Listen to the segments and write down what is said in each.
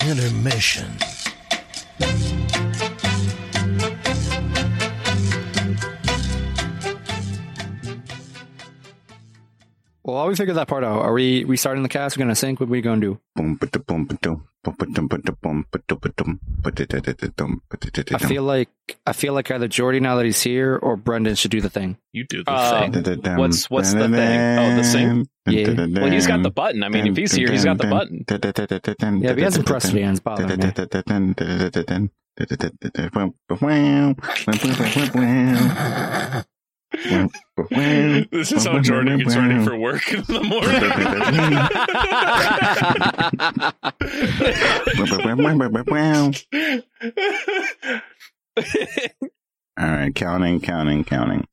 intermission. Well, while we figure that part out, are we we starting the cast? We're gonna sync. What are we gonna do? Boom, ba-da, boom, ba-dum, boom, ba-dum, ba-dum, boom, ba-dum, ba-dum, ba-da-da-da-da-dum, I ba-da-da-da-dum. feel like I feel like either Jordy now that he's here or Brendan should do the thing. You do the Uh, thing. Da-da-dum, What's- what's the thing? Oh, the sing? Yeah. da-da-dum, Well, he's got the button. I mean, if he's here, he's got the button. da-da-da-da-dum, Yeah, but he hasn't pressed it. yet, It's bothering me. da-da-da-da-dum, da-da-da-da-dum, da-da-da-da-dum, ba-wow, ba-wow, ba-wow, ba-wow. This is how Jordan gets ready for work in the morning. All right, counting, counting, counting.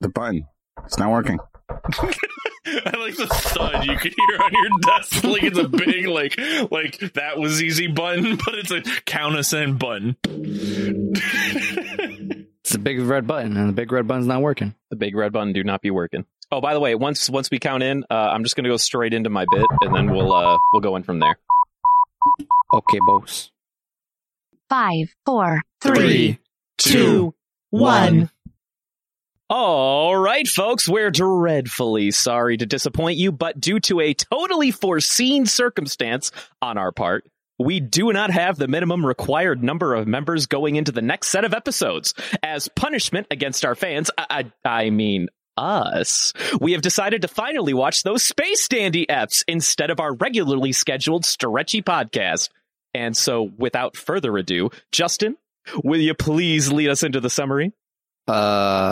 The button. It's not working. I like the thud you could hear on your desk. Like it's a big, like, like that was easy button, but it's a count us in button. It's a big red button, and the big red button's not working. The big red button do not be working. Oh, by the way, once once we count in, uh, I'm just gonna go straight into my bit, and then we'll uh, we'll go in from there. Okay, boss. Five, four, three. Three, two, one. All right, folks, we're dreadfully sorry to disappoint you, but due to a totally foreseen circumstance on our part, we do not have the minimum required number of members going into the next set of episodes. As punishment against our fans, I, I, I mean, us, we have decided to finally watch those Space Dandy Fs instead of our regularly scheduled stretchy podcast. And so, without further ado, Justin, will you please lead us into the summary?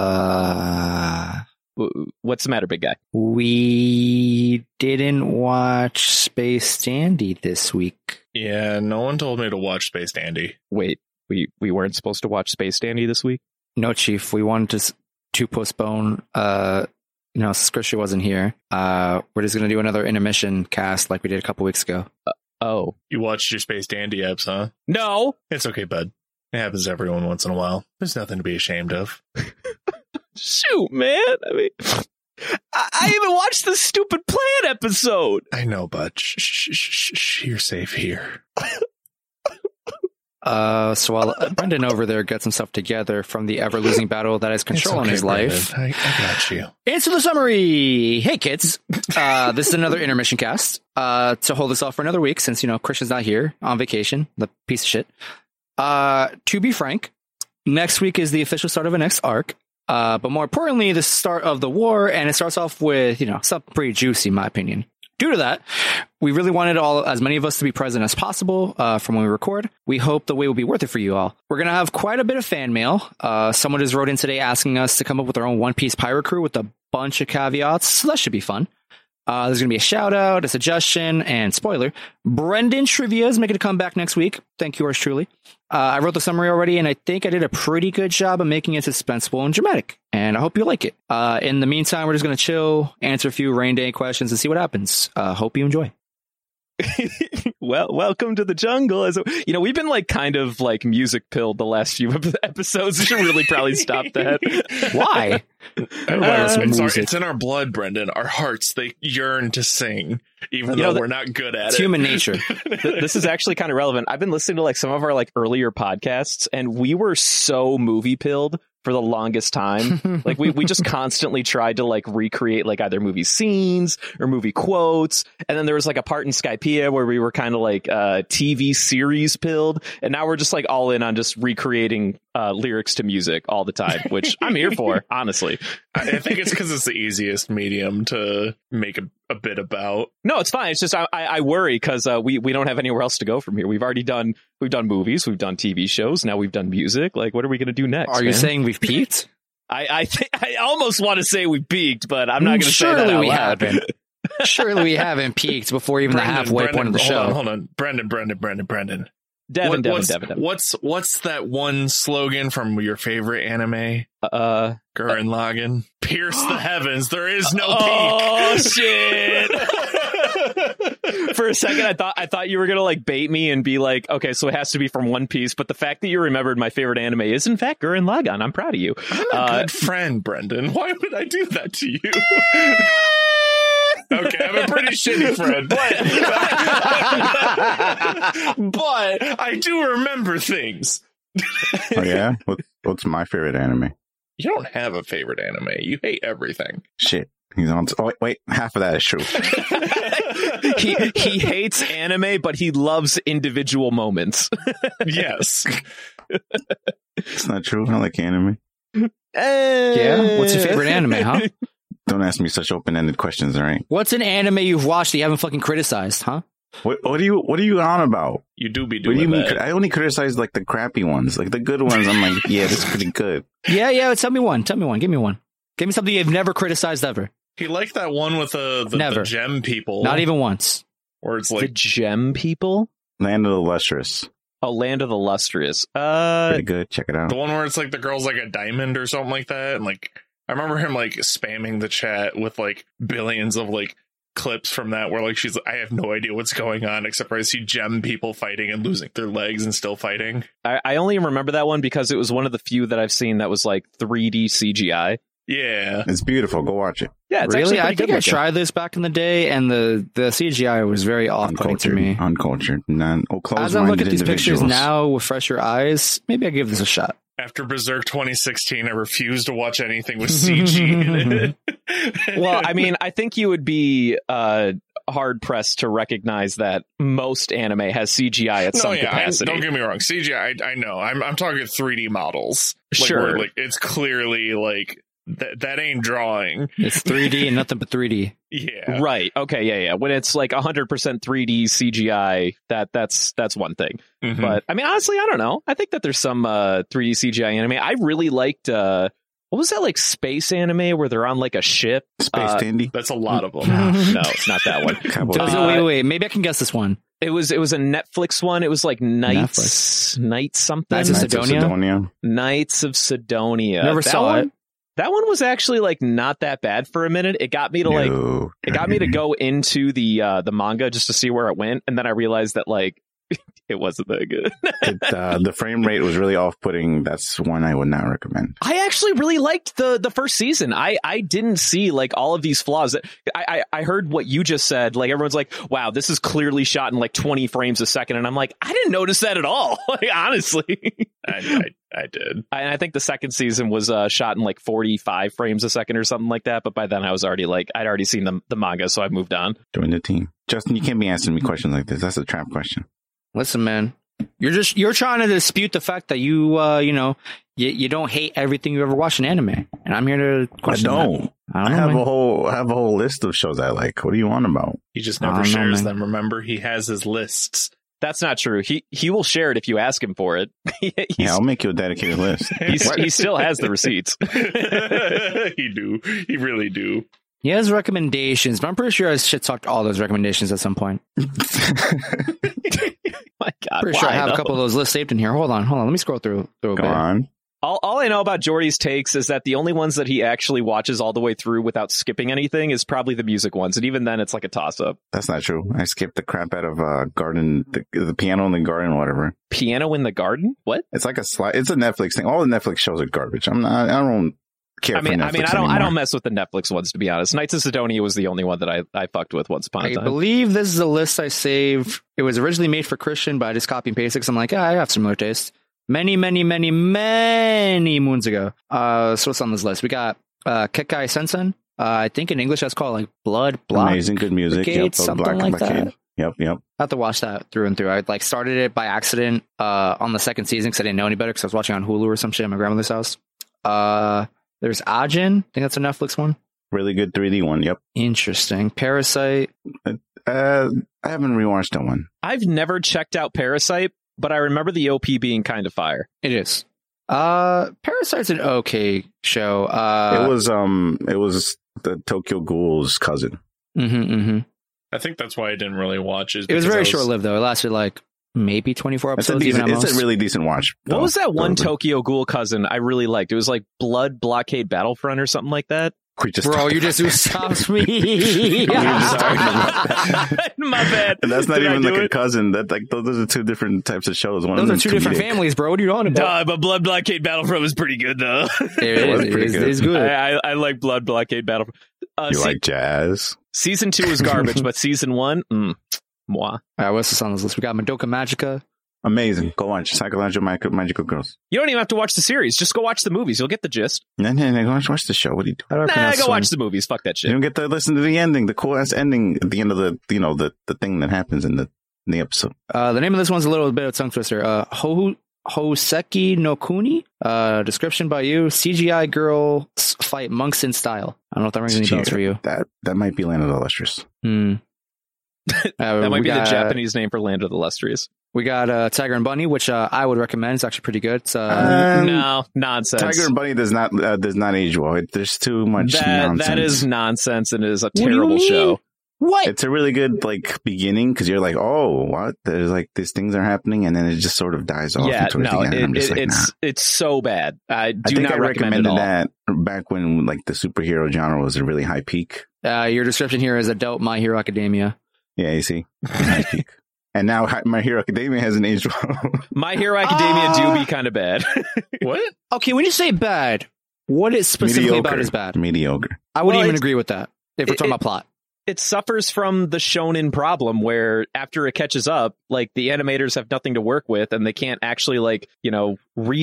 Uh, W- What's the matter, big guy? we didn't watch Space Dandy this week. Yeah, no one told me to watch Space Dandy. wait, we we weren't supposed to watch Space Dandy this week. No, Chief. We wanted to s- to postpone. Uh, you know, since Krisha wasn't here, uh, we're just gonna do another intermission cast like we did a couple weeks ago. Oh You watched your Space Dandy apps, huh? no! It's okay, bud. It happens to everyone once in a while. There's nothing to be ashamed of. Shoot, man! I mean, I, I even watched the stupid plan episode. I know, bud. Shh, shh, shh, shh, shh. You're safe here. Uh, so while Brendan over there gets himself together from the ever losing battle that is It's control in okay, his life, Brandon. I, I got you. Answer the summary. Hey, kids. Uh, this is another intermission cast uh, to hold us off for another week since, you know, Christian's not here on vacation, the piece of shit. Uh, to be frank, next week is the official start of the next arc. Uh, but more importantly, the start of the war, and it starts off with, you know, something pretty juicy, in my opinion. Due to that, we really wanted all as many of us to be present as possible uh, from when we record. We hope the way will be worth it for you all. We're gonna have quite a bit of fan mail. Uh, someone just wrote in today asking us to come up with our own One Piece pirate crew with a bunch of caveats, so that should be fun. Uh, there's gonna be a shout out, a suggestion, and spoiler. Brendan Trivia is making a comeback next week. Thank you, yours truly. Uh, I wrote the summary already, and I think I did a pretty good job of making it suspenseful and dramatic. And I hope you like it. Uh, in the meantime, we're just gonna chill, answer a few rain day questions, and see what happens. Uh, hope you enjoy. well, welcome to the jungle. As you know, we've been like kind of like music pilled the last few ep- episodes. We should really probably stop that. Why? Well, Um, it's, our, music. it's in our blood, Brendan. Our hearts, they yearn to sing, even You know, though that- we're not good at It's it. human nature. Th- this is actually kind of relevant. I've been listening to like some of our like earlier podcasts, and we were so movie pilled for the longest time. like we, we just constantly tried to like recreate like either movie scenes or movie quotes and then there was like a part in skypea where we were kind of like uh tv series pilled and now we're just like all in on just recreating uh lyrics to music all the time which i'm here for honestly I I think it's because it's the easiest medium to make a, a bit about. no it's fine it's just i i I worry because uh we we don't have anywhere else to go from here we've already done we've done movies we've done tv shows now we've done music like what are we gonna do next Are you man? saying we've peaked? i i think i almost want to say we peaked but i'm not gonna say Surely that out we loud. haven't. Surely we haven't peaked before even the halfway point of the hold show. on, hold on, Brendan, Brendan, Brendan, Brendan. devin What- devin what's, devin devin what's what's that one slogan from your favorite anime, uh Gurren Lagann? Pierce the heavens, there is no Oh peak. shit! For a second, I thought I thought you were gonna like bait me and be like, okay, so it has to be from One Piece. But the fact that you remembered my favorite anime is in fact Gurren Lagann. I'm proud of you. I'm a Uh, good friend, Brendan. Why would I do that to you? Okay, I'm a pretty shitty friend, but but I do remember things. Oh yeah, what, what's my favorite anime? You don't have a favorite anime. You hate everything. Shit, he's on. Oh wait, wait, half of that is true. he he hates anime, but he loves individual moments. yes. It's not true. I like anime. Yeah. What's your favorite anime, huh? Don't ask me such open-ended questions. All right. What's an anime you've watched that you haven't fucking criticized, huh? What what are you what are you on about? You do be What doing do you mean? that. cri- I only criticize like the crappy ones. Like the good ones, I'm like, yeah, this is pretty good. Yeah, yeah. Tell me one. Tell me one. Give me one. Give me something you've never criticized ever. He liked that one with uh, the, the, Never. the gem people. Not even once. where it's the like gem people? Land of the Lustrous, Oh, Land of the Lustrous. Uh, pretty good. Check it out. the one where it's like the girl's like a diamond or something like that. And like I remember him like spamming the chat with like billions of like clips from that where like she's I have no idea what's going on except for I see gem people fighting and losing their legs and still fighting. I, I only remember that one because it was one of the few that I've seen that was like 3D CGI. Yeah. It's beautiful. Go watch it. Yeah, it's really, actually I pretty think good I looking. tried this back in the day, and the the CGI was very off-putting to Uncultured, me. uncultured, non. Oh, As I look at closed-minded these pictures individuals. now with fresher eyes, maybe I give this a shot. After Berserk 2016, I refused to watch anything with CG in it. well, I mean, I think you would be uh, hard pressed to recognize that most anime has CGI at No, some yeah, I- capacity. don't get me wrong. CGI, I, I know. I'm I'm talking 3D models. Like, Sure. where, like it's clearly like that that ain't drawing. It's 3D and nothing but 3D. Yeah. Right. Okay. Yeah. Yeah. When it's like 100% 3D CGI, that that's that's one thing. Mhm. But I mean, honestly, I don't know. I think that there's some uh, 3D CGI anime. I really liked. Uh, what was that like space anime where they're on like a ship? Space Uh, Dandy. that's a lot of them. No, no, not that one. Cowboy Does Bebop. it- Oh, wait, wait, maybe I can guess this one. It was it was a Netflix one. It was like Nights, Nights something, Nights of Knights of Sidonia? Sidonia. Nights of Sidonia. Never that saw one, it. That one was actually like not that bad for a minute. It got me to like No. it got me to go into the uh, the manga just to see where it went, and then I realized that like it wasn't that good. It, uh, the frame rate was really off-putting. That's one I would not recommend. I actually really liked the the first season. I I didn't see like all of these flaws. I I, I heard what you just said. Like everyone's like, "Wow, this is clearly shot in like 20 frames a second. and I'm like, "I didn't notice that at all." Like honestly, I, I, I did. I, and I think the second season was uh, shot in like 45 frames a second or something like that. But by then, I was already like, I'd already seen the the manga, so I moved on. Join the team, Justin. You can't be asking me questions like this. That's a trap question. Listen, man, you're just you're trying to dispute the fact that you uh you know you, you don't hate everything you ever watch in anime, and I'm here to I question that. don't. I I don't know. have man. a whole I have a whole list of shows I like. What do you want about? He just I never don't know, shares man. them. Remember, he has his lists. That's not true. He he will share it if you ask him for it. he's, yeah, I'll make you a dedicated list. he's, What? he still has the receipts. he do. He really do. He has recommendations, but I'm pretty sure I shit talked all those recommendations at some point. My God, Pretty sure I why have a though? couple of those lists saved in here. Hold on, hold on. Let me scroll through through a Come bit. on. All, all I know about Jordy's takes is that the only ones that he actually watches all the way through without skipping anything is probably the music ones, and even then, it's like a toss up. That's not true. I skipped the crap out of uh, Garden, the, the piano in the garden, whatever. Piano in the garden? What? It's like a slide. It's a Netflix thing. All the Netflix shows are garbage. I'm not. I don't care. I mean, for Netflix I mean, I don't, I don't anymore. mess with the Netflix ones to be honest. Knights of Sidonia was the only one that I, I fucked with once upon a I time. believe this is a list I saved. It was originally made for Christian, but I just copy and pasted because I'm like, ah, I have similar taste. Many, many, many, many moons ago. Uh, so what's on this list? We got uh, Kekai Sensen. Uh, I think in English that's called like Blood Block. Amazing, good music. Brigade, yep, a something Black like Brigade. that. Yep, yep. I have to watch that through and through. I like started it by accident uh, on the second season because I didn't know any better because I was watching on Hulu or some shit at my grandmother's house. Uh, there's Ajin. I think that's a Netflix one. Really good 3D one. Yep. Interesting. Parasite. Uh, I haven't rewatched that one. I've never checked out Parasite, but I remember the OP being kind of fire. It is. Uh, Parasite's an okay show. Uh, it was um, it was the Tokyo Ghoul's cousin. Mm-hmm, mm-hmm. I think that's why I didn't really watch It was because I very short lived though. It lasted like maybe twenty four It's a, episodes. even decent, at it's a most. really decent watch. What though. was that one the- Tokyo Ghoul cousin I really liked? It was like Blood Blockade Battlefront or something like that. We just Bro, talked you about just that. stopped me. I'm sorry about My bad. And that's not Did I even do like a it? cousin. That like those are two different types of shows. One Those of are them's two different comedic. families, bro. What are you on about? Duh, but Blood Blockade Battlefront was pretty good though. It is, was it pretty is- good. It is good. I, I, I like Blood Blockade Battlefront. Uh, You see, like jazz? Season two is garbage, but season one, mm, moi. All right, what's this on this list? We got Madoka Magica. Amazing. Go watch Psychological Magic- Magical Girls. You don't even have to watch the series. Just go watch the movies. You'll get the gist. No, no, no. Go watch, watch the show. What do you do? How do I Nah, pronounce go this one? watch the movies. Fuck that You shit. don't get to listen to the ending, the cool ass ending at the end of the, you know, the, the thing that happens in the, in the episode. Uh, the name of this one's a little bit of a tongue twister. Uh, Ho- Hoseki no Kuni. Uh, description by you: CGI girls fight monks in style. I don't know if that rings any bells for you. That, that might be Land of the Lustrous. Hmm. Uh, That might be the Japanese. Japanese name for Land of the Lustrious. We got uh, Tiger and Bunny, which uh, I would recommend. It's actually pretty good. It's, uh, Um, no nonsense. Tiger and Bunny does not, uh, does not age well. It, there's too much that, nonsense. that is nonsense and it is a do you terrible mean? show. what? it's a really good like beginning because you're like, oh, what? There's like these things are happening, and then it just sort of dies off. Yeah, and towards no, the end, it, I'm just it- like, it's nah. it's so bad. I do I think not I recommend it recommended at all. that back when like the superhero genre was a really high peak. Uh, your description here is adult My Hero Academia. Yeah, you see, high peak. And now Hi- My Hero Academia has an age well. My Hero Academia Ah! do be kind of bad. What? Okay, when you say bad, what is specifically about Mediocre. is bad? mediocre. I wouldn't Well, even it's- agree with that if we're it- talking it- about plot. it suffers from the shonen problem where after it catches up, like the animators have nothing to work with and they can't actually like, you know,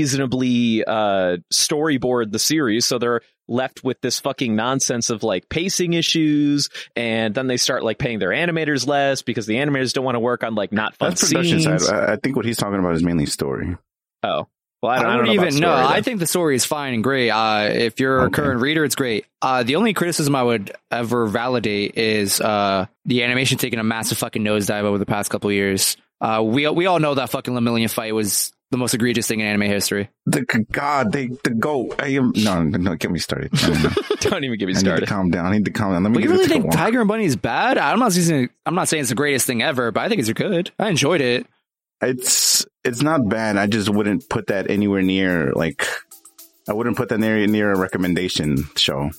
reasonably uh storyboard the series, so they're left with this fucking nonsense of like pacing issues and then they start like paying their animators less because the animators don't want to work on like not fun That's production scenes. Oh. side. I, I think what he's talking about is mainly story. Well, I I don't, don't, I don't know about even know. story, I though. think the story is fine and great. Uh, if you're a Okay. current reader, it's great. Uh, the only criticism I would ever validate is uh, the animation taking a massive fucking nosedive over the past couple of years. Uh, we we all know that fucking Lemillion fight was the most egregious thing in anime history. The God, they the goat. I am no, no, no, get me started. I don't know. don't even get I need me to started. calm down. I need to calm down. Let me But you get really to think Tiger and Bunny is bad? I'm not saying I'm not saying it's the greatest thing ever, but I think it's good. I enjoyed it. It's it's not bad. I just wouldn't put that anywhere near like I wouldn't put that near near a recommendation show.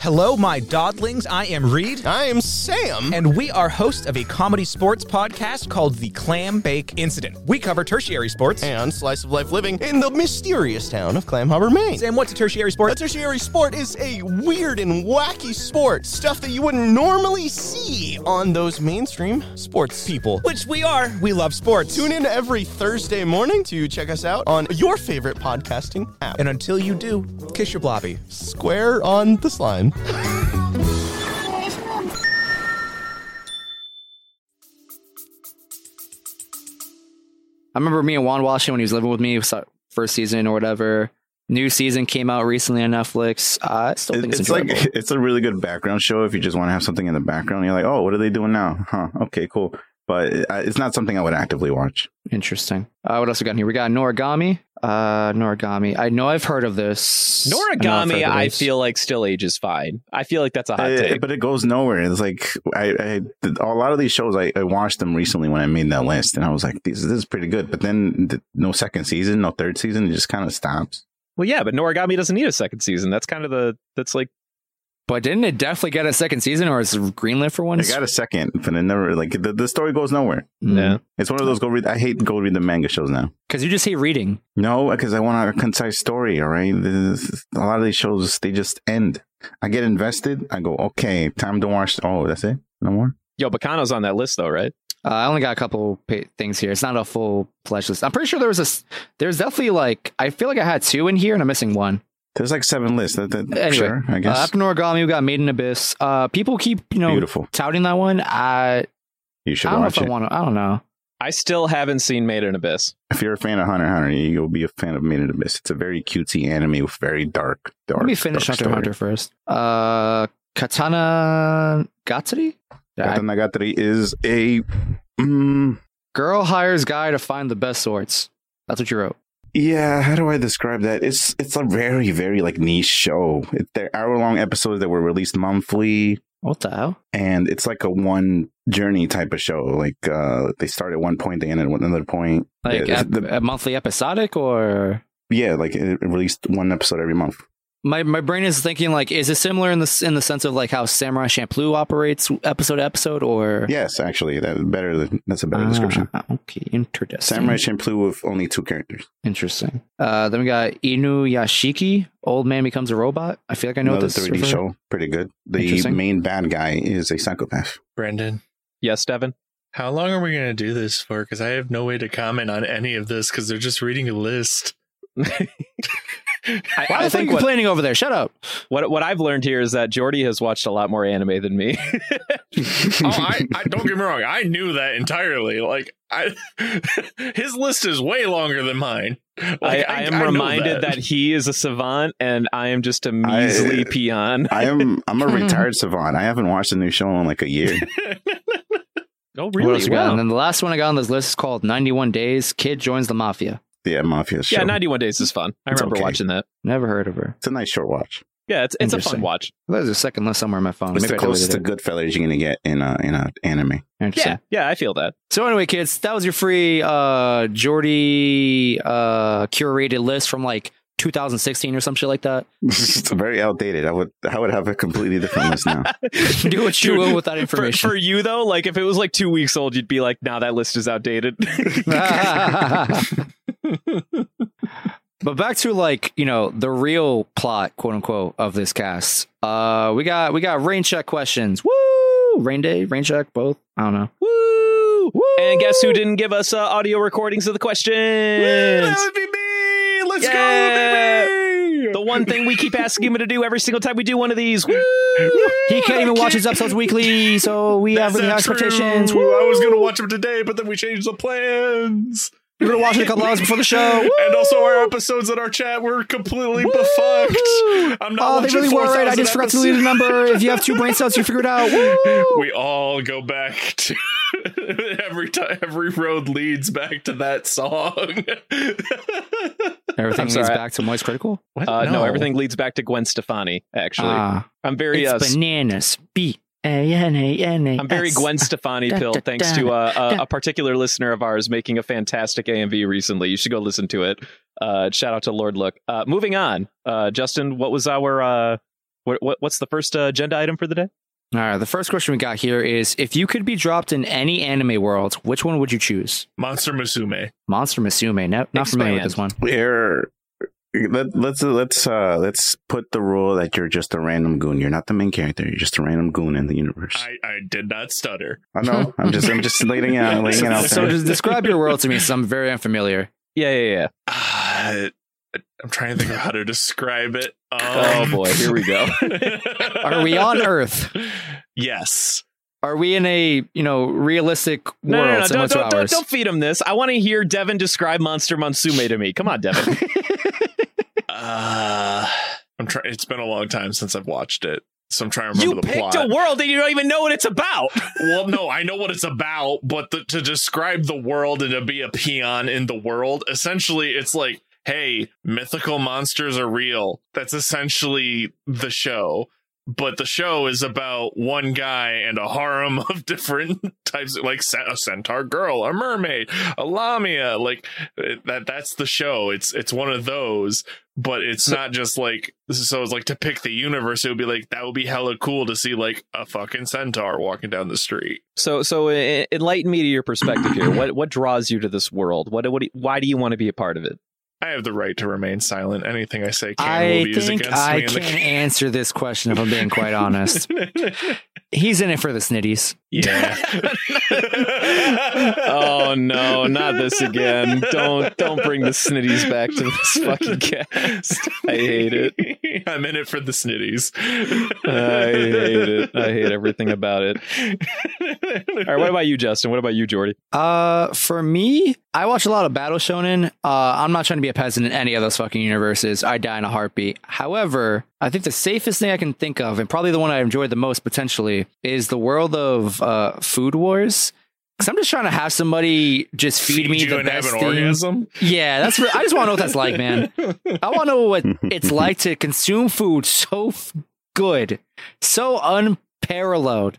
Hello, my dodlings. I am Reed, I am Sam. and we are hosts of a comedy sports podcast called The Clam Bake Incident. We cover tertiary sports. and slice of life living in the mysterious town of Clam Harbor, Maine. Sam, what's a tertiary A sport? tertiary sport is a weird and wacky sport, stuff that you wouldn't normally see on those mainstream sports people. Which we are. We love sports. Tune in every Thursday morning to check us out on your favorite podcasting app. And until you do, kiss your blobby. Square on the slime. I remember me and Juan watching when he was living with me so- first season or whatever. New season came out recently on Netflix. Uh, I still It- think it's it's, like enjoyable. it's a really good background show if you just want to have something in the background. You're like, oh, what are they doing now? Huh? Okay, cool. But it- I- it's not something I would actively watch. Interesting. Uh, what else we got here? We got Noragami. Uh, Noragami. I know I've heard of this. know I've Noragami, heard of I this. feel like still ages fine. I feel like that's a hot Uh, take. but it goes nowhere. It's like I, I a lot of these shows I, I watched them recently when I made that list, and I was like, this, this is pretty good. But then th- no second season, no third season, it just kind of stops. Well, yeah, but Noragami doesn't need a second season. That's kind of the that's like But didn't it definitely get a second season or is it greenlit for one? I got a second, but it never like the, the story goes nowhere. Yeah. It's one of those go read. I hate go read the manga shows now. Because Hmm. you just hate reading. No, because I want a concise story. All right, This- a lot of these shows they just end. I get invested. I go, okay, time to watch. Oh, that's it. No more. Yo Bacano's on that list though, right? Uh, I only got a couple pa- things here. It's not a full fledged list. I'm pretty sure there was a. s- There's definitely like I feel like I had two in here and I'm missing one. There's like seven lists. That, that, Anyway, sure, I Uh, guess. after Noragami, we got Maiden Abyss. Uh, people keep you know Beautiful. touting that one. I You I should don't know if watch I it. want to. I don't know. I still haven't seen Made in Abyss. if you're a fan of Hunter x Hunter, you'll be a fan of Made in Abyss. It's a very cutesy anime with very dark, dark. Let me finish dark Hunter story. Hunter first. Uh, Katana Gatsuri. Gata Nagatari is a. Mm, Girl hires guy to find the best swords. That's what you wrote. Yeah, how do I describe that? It's it's a very very like niche show. It, they're hour long episodes that were released monthly, What the hell? and it's like a one journey type of show. Like uh, they start at one point, they end at one- another point. Like yeah, ep- the- a monthly episodic or yeah, like it it released one episode every month. my my brain is thinking like, is it similar in the s- in the sense of like how Samurai Champloo operates episode to episode, or Yes, actually, that's better. Than, that's a better description. Ah, okay, interesting. Samurai Champloo with only two characters. Interesting. Uh, then we got Inu Yashiki, old man becomes a robot. I feel like I know Another what this. 3D refer- show, pretty good. The Interesting. main bad guy is a psychopath. Brendan, Yes, Devin. how long are we going to do this for? Because I have no way to comment on any of this because they're just reading a list. I, Why I are you think what, complaining over there? Shut up. what what I've learned here is that Jordy has watched a lot more anime than me. oh, I, I don't get me wrong. I knew that entirely. Like, I, his list is way longer than mine. Like, I, I am know reminded that. he is a savant and I am just a measly I- peon. I am I'm Hmm. a retired savant. I haven't watched a new show in like a year. Oh, What else we got? Wow. And then the last one I got on this list is called 91 Days. Kid joins the mafia. yeah, uh, Mafia show. Yeah, 91 Days is fun. I It's remember okay. watching that. Never heard of her. it's a nice short watch. Yeah, it's, it's a fun Interesting. watch. There's a second list somewhere on my phone. It's Maybe the I deleted closest to it. Goodfellas you're gonna get in a in a anime. Interesting. Yeah, yeah, I feel that. So anyway, kids, that was your free uh Jordy uh curated list from like 2016 or some shit like that. it's very outdated. I would I would have a completely different list now. Do what you Dude, will with that for- information. For, you though, like if it was like two weeks old, you'd be like, "Now that list is outdated." but back to like you know the real plot, quote unquote, of this cast. Uh, we got we got rain check questions. Woo! Rain day, rain check, both. I don't know. Woo! And guess who didn't give us uh, audio recordings of the questions? would be me. Let's Yeah. go, the one thing we keep asking him to do every single time we do one of these. Woo! He can't even watch his episodes weekly, so we have the expectations. True. I was Woo! gonna watch them today, but then we changed the plans. You're gonna watch it a couple hours before the show. Woo! And also, our episodes in our chat were completely befucked. I'm not. Oh, they watching really were right. I 4,000 just forgot to leave a episodes. number. If you have two brain cells, you figure it out. Woo! We all go back to every time. Every road leads back to that song. Everything I'm sorry. leads back to Moist Critical. What? Uh, no. everything leads back to Gwen Stefani. Actually, Ah. I'm very, uh, it's bananas. B A N A N A. I'm very Gwen Stefani Da, pill. da, Thanks da, to uh, da. a, a particular listener of ours making a fantastic AMV recently. You should go listen to it. Uh, shout out to Lord Look. Uh, moving on, uh, Justin. What was our uh, what, what what's the first uh, agenda item for the day? All right. The first question we got here is: If you could be dropped in any anime world, which one would you choose? Monster Musume. Monster Musume. No, not familiar with Expand. this one. We're let, let's let's uh let's put the rule that you're just a random goon. You're not the main character. You're just a random goon in the universe. I, I did not stutter. I know. I'm just I'm just laying it out laying it out So there. just describe your world to me, since I'm very unfamiliar. Yeah, yeah, yeah. Uh, I'm trying to think of how to describe it. Um, Oh boy, here we go. Are we on Earth? Yes. Are we in a you know realistic world No, no, no, similar don't, to don't, don't, ours? don't feed him this. I want to hear Devin describe Monster Monsume to me. Come on, Devin. Uh, I'm trying. It's been a long time since I've watched it, so I'm trying to you remember the picked plot. a world and you don't even know what it's about. well, no, I know what it's about, but the, to describe the world and to be a peon in the world, essentially, it's like, hey, mythical monsters are real. That's essentially the show. But the show is about one guy and a harem of different types, like ce- a centaur girl, a mermaid, a lamia. Like it- that. That's the show. It's it's one of those, but it's not just like so it's like to pick the universe it would be like that would be hella cool to see like a fucking centaur walking down the street So, so uh, enlighten me to your perspective here. What what draws you to this world? What what? Do you, why do you want to be a part of it? i have the right to remain silent anything i say can will I be used think against I me in can answer this question if I'm being quite honest. the He's in it for the snitties. yeah oh no, not this again! Don't don't bring the snitties back to this fucking cast. I hate it. i'm in it for the snitties I hate it. I hate everything about it. All right, what about you, Justin? What about you, Jordy? Uh, for me, I watch a lot of Battle Shonen. Uh, I'm not trying to be a peasant in any of those fucking universes. I die in a heartbeat. However, I think the safest thing I can think of, and probably the one I enjoyed the most potentially, is the world of uh, Food Wars. Because I'm just trying to have somebody just feed, me you the and have best an thing. orgasm Yeah, that's. Re- I just want to know what that's like, man. I want to know what it's like to consume food so f- good, so unparalleled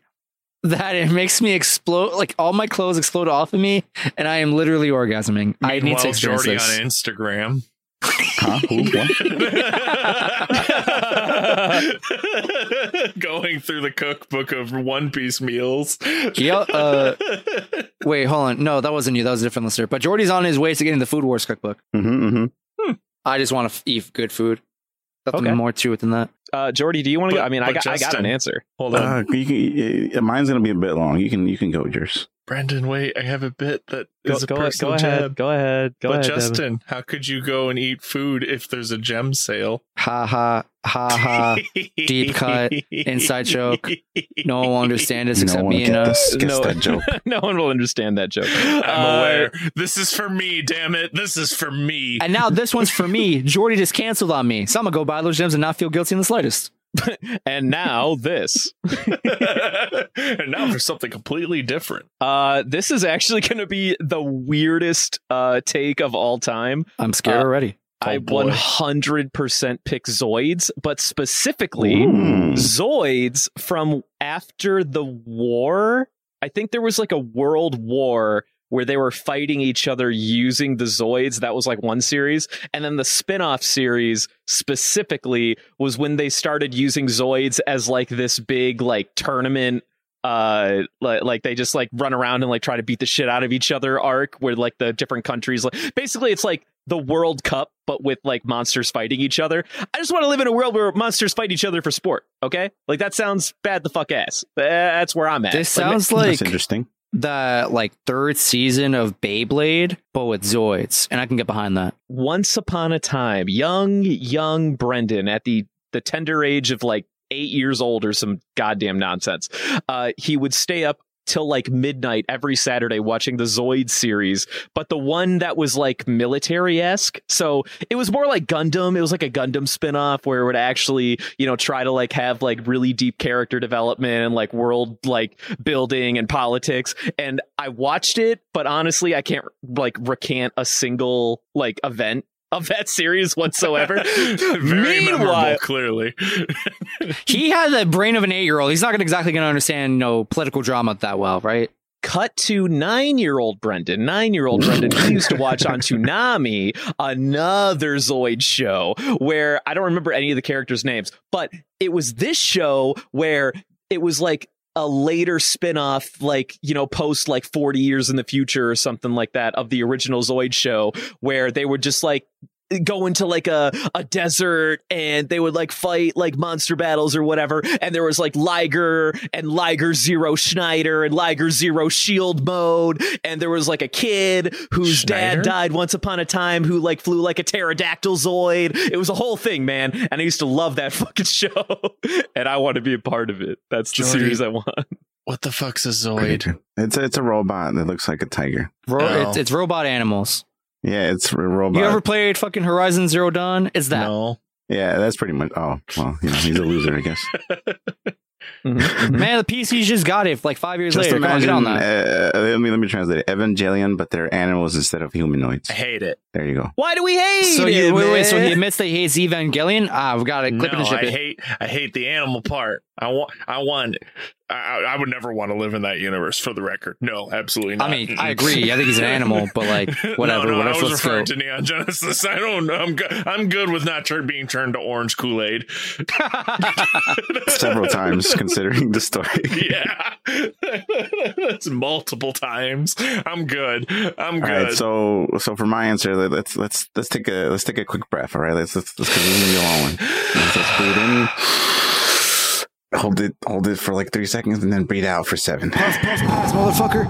that it makes me explode. Like all my clothes explode off of me, and I am literally orgasming. I need Meanwhile, to experience Jordy this. on instagram Huh? Who? What? Going through the cookbook of One Piece meals. Yeah, uh, Wait, hold on. No, that wasn't you. That was a different listener. But Jordy's on his way to getting the Food Wars cookbook. Mm-hmm, mm-hmm. I just want to f- eat good food. Nothing Okay. more to it than that. Uh, Jordy, do you want to go? But- I mean, I but got, I got Justin- an answer. Hold on. Uh, you can, uh, mine's gonna be a bit long. You can you can go with yours. Brendan, wait. I have a bit that is Go, a go, go personal ahead. jab. Go ahead. Go but ahead. Devin. Justin, how could you go and eat food if there's a gem sale? Ha ha ha ha. Uh-huh. deep cut, inside joke. No one will understand this except no one me get and uh, us. this, gets No. that joke. no one will understand that joke. I'm Uh, aware. This is for me, damn it. This is for me. And now this one's for me. Jordy just canceled on me. So I'm going to go buy those gems and not feel guilty in the slightest. And now this. and now for something completely different. Uh, this is actually going to be the weirdest uh, take of all time. I'm scared Uh, already. I boy. 100% pick Zoids, but specifically Ooh. Zoids from after the war. I think there was like a world war where they were fighting each other using the Zoids. That was like one series. And then the spin off series specifically was when they started using Zoids as like this big like tournament uh like, like they just like run around and like try to beat the shit out of each other arc where like the different countries like basically it's like the world cup but with like monsters fighting each other i just want to live in a world where monsters fight each other for sport okay like that sounds bad the fuck ass that's where i'm at This Like, sounds like That's interesting. the like third season of Beyblade, but with Zoids. And I can get behind that. once upon a time young young brendan at the the tender age of like eight years old or some goddamn nonsense uh he would stay up till like midnight every saturday watching the zoid series but the one that was like military-esque so it was more like gundam it was like a gundam spin-off where it would actually you know try to like have like really deep character development and like world like building and politics and I watched it, but honestly, I can't like recant a single like event of that series whatsoever. Very memorable, Meanwhile- clearly. He had the brain of an eight year old. He's not gonna- exactly going to understand, you know, political drama that well, right? Cut to nine year old Brendan. Nine year old Brendan he used to watch on Toonami another Zoid show where I don't remember any of the characters' names, but it was this show where it was like a later spin-off like you know post like 40 years in the future or something like that of the original zoid show where they would just like go into like a, a desert and they would like fight like monster battles or whatever and there was like liger and liger zero schneider and liger zero shield mode and there was like a kid whose Schneider? dad died once upon a time who like flew like a pterodactyl zoid it was a whole thing man and i used to love that fucking show and i want to be a part of it that's the Jordy. series i want What the fuck's a Zoid? It's a, it's a robot that looks like a tiger. Ro- No. it's, it's robot animals. Yeah, it's a robot. You ever played fucking Horizon Zero Dawn? It's that. No. yeah, that's pretty much. Oh, well, you know, he's a loser, I guess. Mm-hmm, Man, the PCs just got it like five years Just later. Come on, imagine. get on that. uh, let me let me translate it. Evangelion, but they're animals instead of humanoids. I hate it. There you go. why do we hate So you it, wait, wait, so man? he admits that he hates Evangelion. Ah, we got it. No, Clip it and ship I it. hate I hate the animal part. I want I want I, I I would never want to live in that universe for the record. No, absolutely not. I mean, I Mm-mm. agree. I think he's an animal, but like whatever. no, no, whatever I was let's go. referring to Neon Genesis. I don't. I'm good. I'm good with not turn, being turned to orange Kool Aid. Several times considering the story. yeah, that's multiple times. I'm good. I'm All good. right, so so for my answer, let- let's let's let's take a let's take a quick breath. All right, let's let's let's 'cause this is gonna be a long one. Let's, let's breathe in. Hold it, hold it for like three seconds, and then breathe out for seven. motherfucker.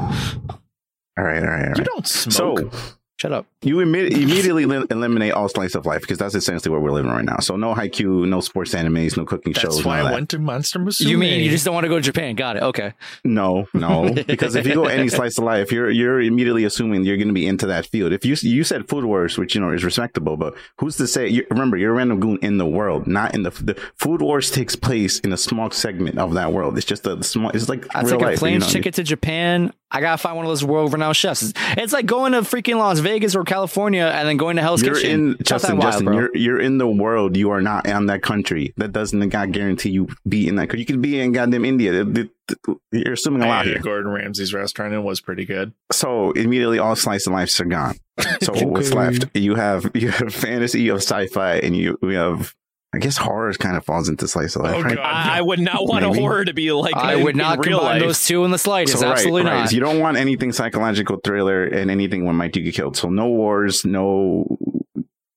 All right, all right, all you right. don't smoke. So Shut up. you imme- immediately li- eliminate all slice of life because that's essentially where we're living right now. So no haiku, no sports animes, no cooking that's shows. why none I of that. went to Monster Musume. You mean you just don't want to go to Japan? Got it. Okay. No, no, because if you go any slice of life, you're you're immediately assuming you're going to be into that field. If you you said Food Wars, which you know is respectable, but who's to say? You, remember, you're a random goon in the world, not in the, the Food Wars takes place in a small segment of that world. It's just a small. It's like I real take a life. plane know? ticket to Japan. I gotta find one of those world renowned chefs. It's- It's like going to freaking Las Vegas or California and then going to Hell's You're Kitchen. in It's not that Justin. wild, Justin, bro. you're you're in the world. You are not on that country. That doesn't not guarantee you be in that. Because you could be in goddamn India. The- the- the- You're assuming a I lot ate here. at Gordon Ramsay's restaurant and it was pretty good. So immediately, all slice of lives are gone. So what's left? You have you have fantasy, you have sci-fi, and you we have. I guess horror kind of falls into slice of life. Oh, right? God. I, I would not want Maybe. a horror to be like. I in- would not in real combine life. those two in the slightest. right, Absolutely right. not. You don't want anything psychological thriller and anything where might you get killed. So no wars, no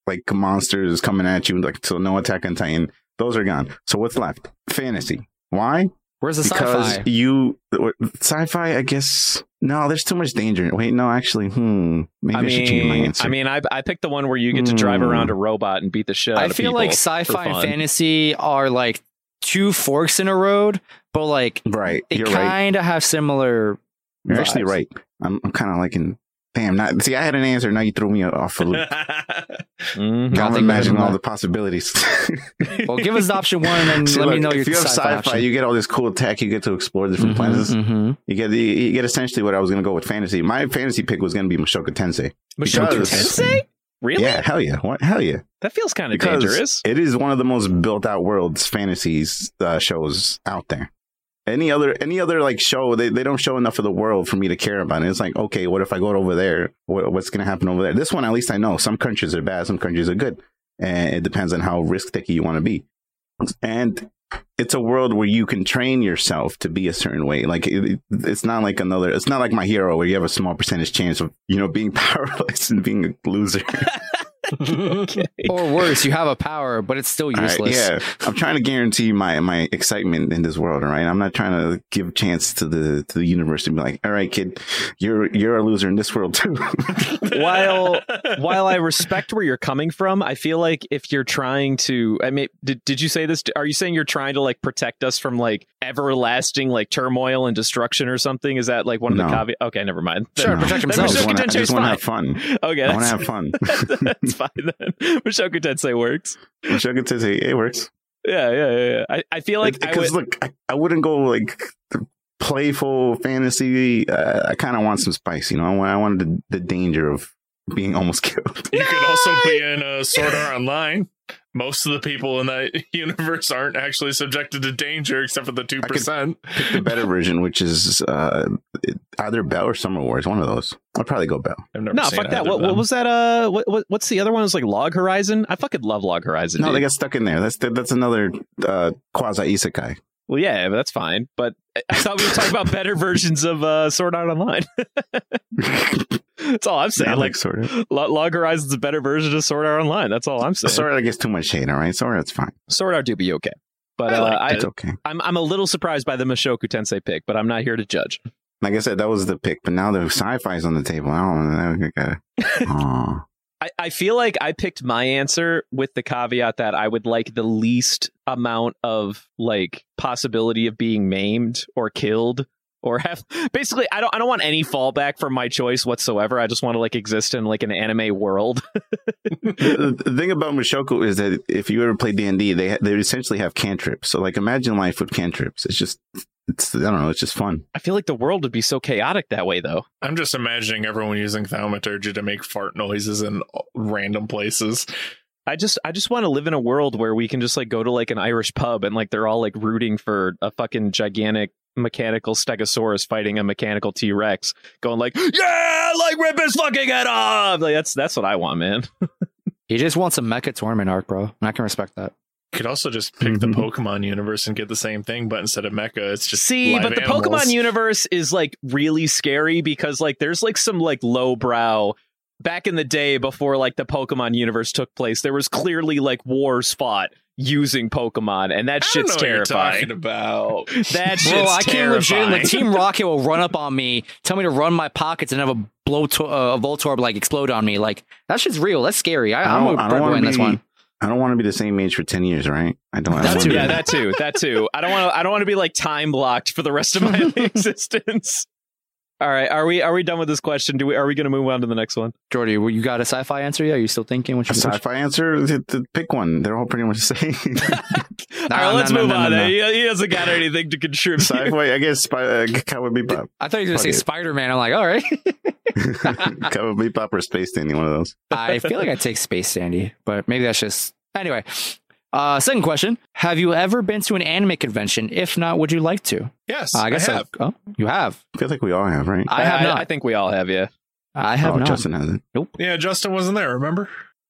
like monsters coming at you. Like so, no Attack on Titan. Those are gone. So what's left? Fantasy. Why? Where's the because sci-fi? you sci-fi. I guess no. There's too much danger. Wait, no. Actually, hmm. Maybe I, I should change my mean, answer. I mean, I I picked the one where you get to drive Hmm. around a robot and beat the shit out Mm. I of feel people like for sci-fi and fun. fantasy are like two forks in a road, but like right. they You're right. kind of have similar. You're actually vibes. right. I'm, I'm kind of liking. Damn, not see. I had an answer. Now you threw me off a loop. Mhm. Now I'm Nothing better imagining than all that. the possibilities. Well, give us option one and Mm, See, let me look, know your if you have sci-fi, sci-fi, option. you get all this cool tech. You get to explore different Mhm, planets. mhm. You get the, you get essentially what I was going to go with fantasy. My fantasy pick was going to be Mashoka Tensei. Michelle Because- Tensei? Really? Yeah, hell yeah, what, hell yeah. That feels kind of Because dangerous. It is one of the most built out worlds fantasies uh, shows out there. Any other any other like show they, they don't show enough of the world for me to care about. And it's like okay, what if I go over there? What, what's going to happen over there? This one at least I know. Some countries are bad, some countries are good, and it depends on how risk taking you want to be. And it's a world where you can train yourself to be a certain way. Like it, it's not like another. It's not like my hero where you have a small percentage chance of you know being powerless and being a loser. or worse, you have a power, but it's still All right, useless. yeah, I'm trying to guarantee my my excitement in this world. All right, I'm not trying to give chance to the to the universe and be like, all right, kid, you're you're a loser in this world too. While while I respect where you're coming from, I feel like if you're trying to, I mean, did, did you say this? Are you saying you're trying to like protect us from like everlasting like turmoil and destruction or something? Is that like one of No. the caveat? Okay, never mind. Sure, Then- protect then I himself. just Mushoku wanna- I Tensei is just want to fine. have fun. Okay, I want to that's, have fun. that's fine then. Michelle Tensei works. Shogun says, hey, it works. Yeah, yeah, yeah. yeah. I, I feel like I would, Because look, I, I wouldn't go like playful fantasy. Uh, I kind of want some spice. You know, I want I wanted the, the danger of being almost killed. You could also be in a Sword Art Online. Most of the people in that universe aren't actually subjected to danger, except for the two percent. Pick the better version, which is uh, either Bell or Summer Wars. One of those. I'd probably go Bell. I've never no, seen fuck that. either What, of what them. was that? Uh, what, what what's the other one? It was like Log Horizon. I fucking love Log Horizon. No, dude. they got stuck in there. That's that's another uh, quasi isekai. Well, yeah, but that's fine. But I- I thought we were talking about better versions of uh, Sword Art Online. that's all I'm saying. Not Like, sort of. Lo- Log Horizon's a better version of Sword Art Online. That's all I'm saying. Sort of gets too much shade. All right, sort of it's fine. Sword Art do be okay, but I uh, liked I, It's okay. I'm I'm a little surprised by the Mashoku Tensei pick, but I'm not here to judge. Like I said, that was the pick, but now the sci-fi's on the table. I don't know. I gotta- Aw. I, I feel like I picked my answer with the caveat that I would like the least amount of like possibility of being maimed or killed or have basically I don't I don't want any fallback from my choice whatsoever. I just want to like exist in like an anime world. the, the thing about Mushoku is that if you ever play D and D, they they essentially have cantrips. So like, imagine life with cantrips. It's just, it's I don't know. It's just fun. I feel like the world would be so chaotic that way though. I'm just imagining everyone using thaumaturgy to make fart noises in random places. I just I just want to live in a world where we can just like go to like an Irish pub and like they're all like rooting for a fucking gigantic mechanical stegosaurus fighting a mechanical T Rex, going like, Yeah, like rip his fucking head off. Like that's that's what I want, man. He just wants a mecha tournament arc, bro, and I can respect that. You could also just pick the Mm-hmm. Pokemon universe and get the same thing, but instead of mecha, it's just See, live but the animals. Pokemon universe is like really scary because like there's like some like lowbrow back in the day before like the Pokemon universe took place, there was clearly like wars fought using Pokemon, and that I don't shit's know what you're terrifying. talking about That shit's Bro, I can terrifying. legitimately. Team Rocket will run up on me, tell me to run my pockets, and have a blow to- uh, a Voltorb like explode on me. Like that shit's real. That's scary. I, I I'm a don't, I don't breadwinner want in to this be. one. I don't want to be the same age for ten years, right? I don't. I don't That wanna too, be yeah, that. that too, that too. I don't want to. I don't want to be like time blocked for the rest of my existence. All right, are we are we done with this question? Do we are we going to move on to the next one? Jordy, well, you got a sci-fi answer? Yeah, are you still thinking? What A you sci-fi answer? Th- th- Pick one. They're all pretty much the same. all right, no, let's no, move no, on. no, no. He, he hasn't got anything to contribute. sci-fi. I guess spy, uh, Cowboy Bebop, I thought you were going to Fuck say it. Spider-Man. I'm like, all right. Cowboy Bebop, or Space Dandy. One of those. I feel like I take Space Sandy, but maybe that's just anyway. Uh, second question: Have you ever been to an anime convention? If not, would you like to? Yes, Uh, I I guess I have. oh, you have. I feel like we all have, right? I have not. I think we all have. Yeah. I have oh, not. Justin hasn't. Yeah, Justin wasn't there. Remember?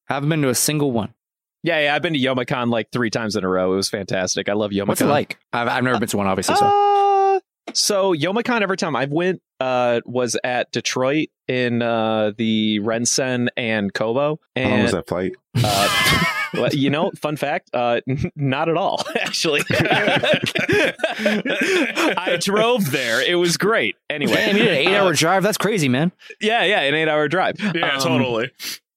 Haven't been to a single one. Yeah, yeah, I've been to Yomicon like three times in a row. It was fantastic. I love Yomicon. What's it like? Oh, I've, I've never been to one, obviously. So. Uh, so Yomicon every time I've went uh was at Detroit in uh the Rensen and Oh, Kobo How long was and that flight? uh, well, you know fun fact uh n- not at all actually I drove there it was great Damn, you did an anyway Uh, eight-hour drive. That's crazy, man. yeah yeah an 8 hour drive Yeah, Um, totally.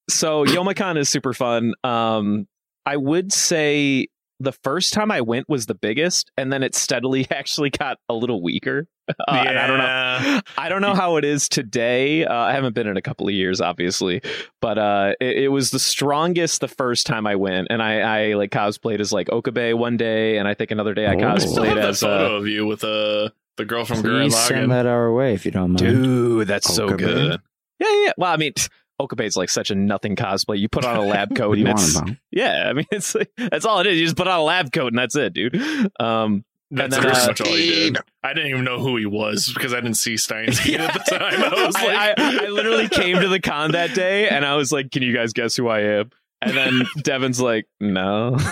so Yomicon is super fun. Um, I would say the first time I went was the biggest, and then it steadily actually got a little weaker. Uh, And I don't know. know. I don't know how it is today. Uh, I haven't been in a couple of years, obviously, but uh, it, it was the strongest the first time I went, and I, I like cosplayed as like Okabe one day, and I think another day I Oh. I still cosplayed have that as photo uh, of you with uh, the girl from Gurren Please send Lagann. that our way if you don't mind. dude. That's so Okabe? good. Yeah, yeah. yeah. Well, I mean. Okabe's like such a nothing cosplay. You put on a lab coat What do you and want it's about? yeah, I mean, it's like, that's all it is. You just put on a lab coat and that's it, dude. Um, That's And then, pretty uh, much all he did. I didn't even know who he was because I didn't see Steins Gate at the time. I I, was like, I- I literally came to the con that day and I was like, "Can you guys guess who I am?" And then Devin's like, "No."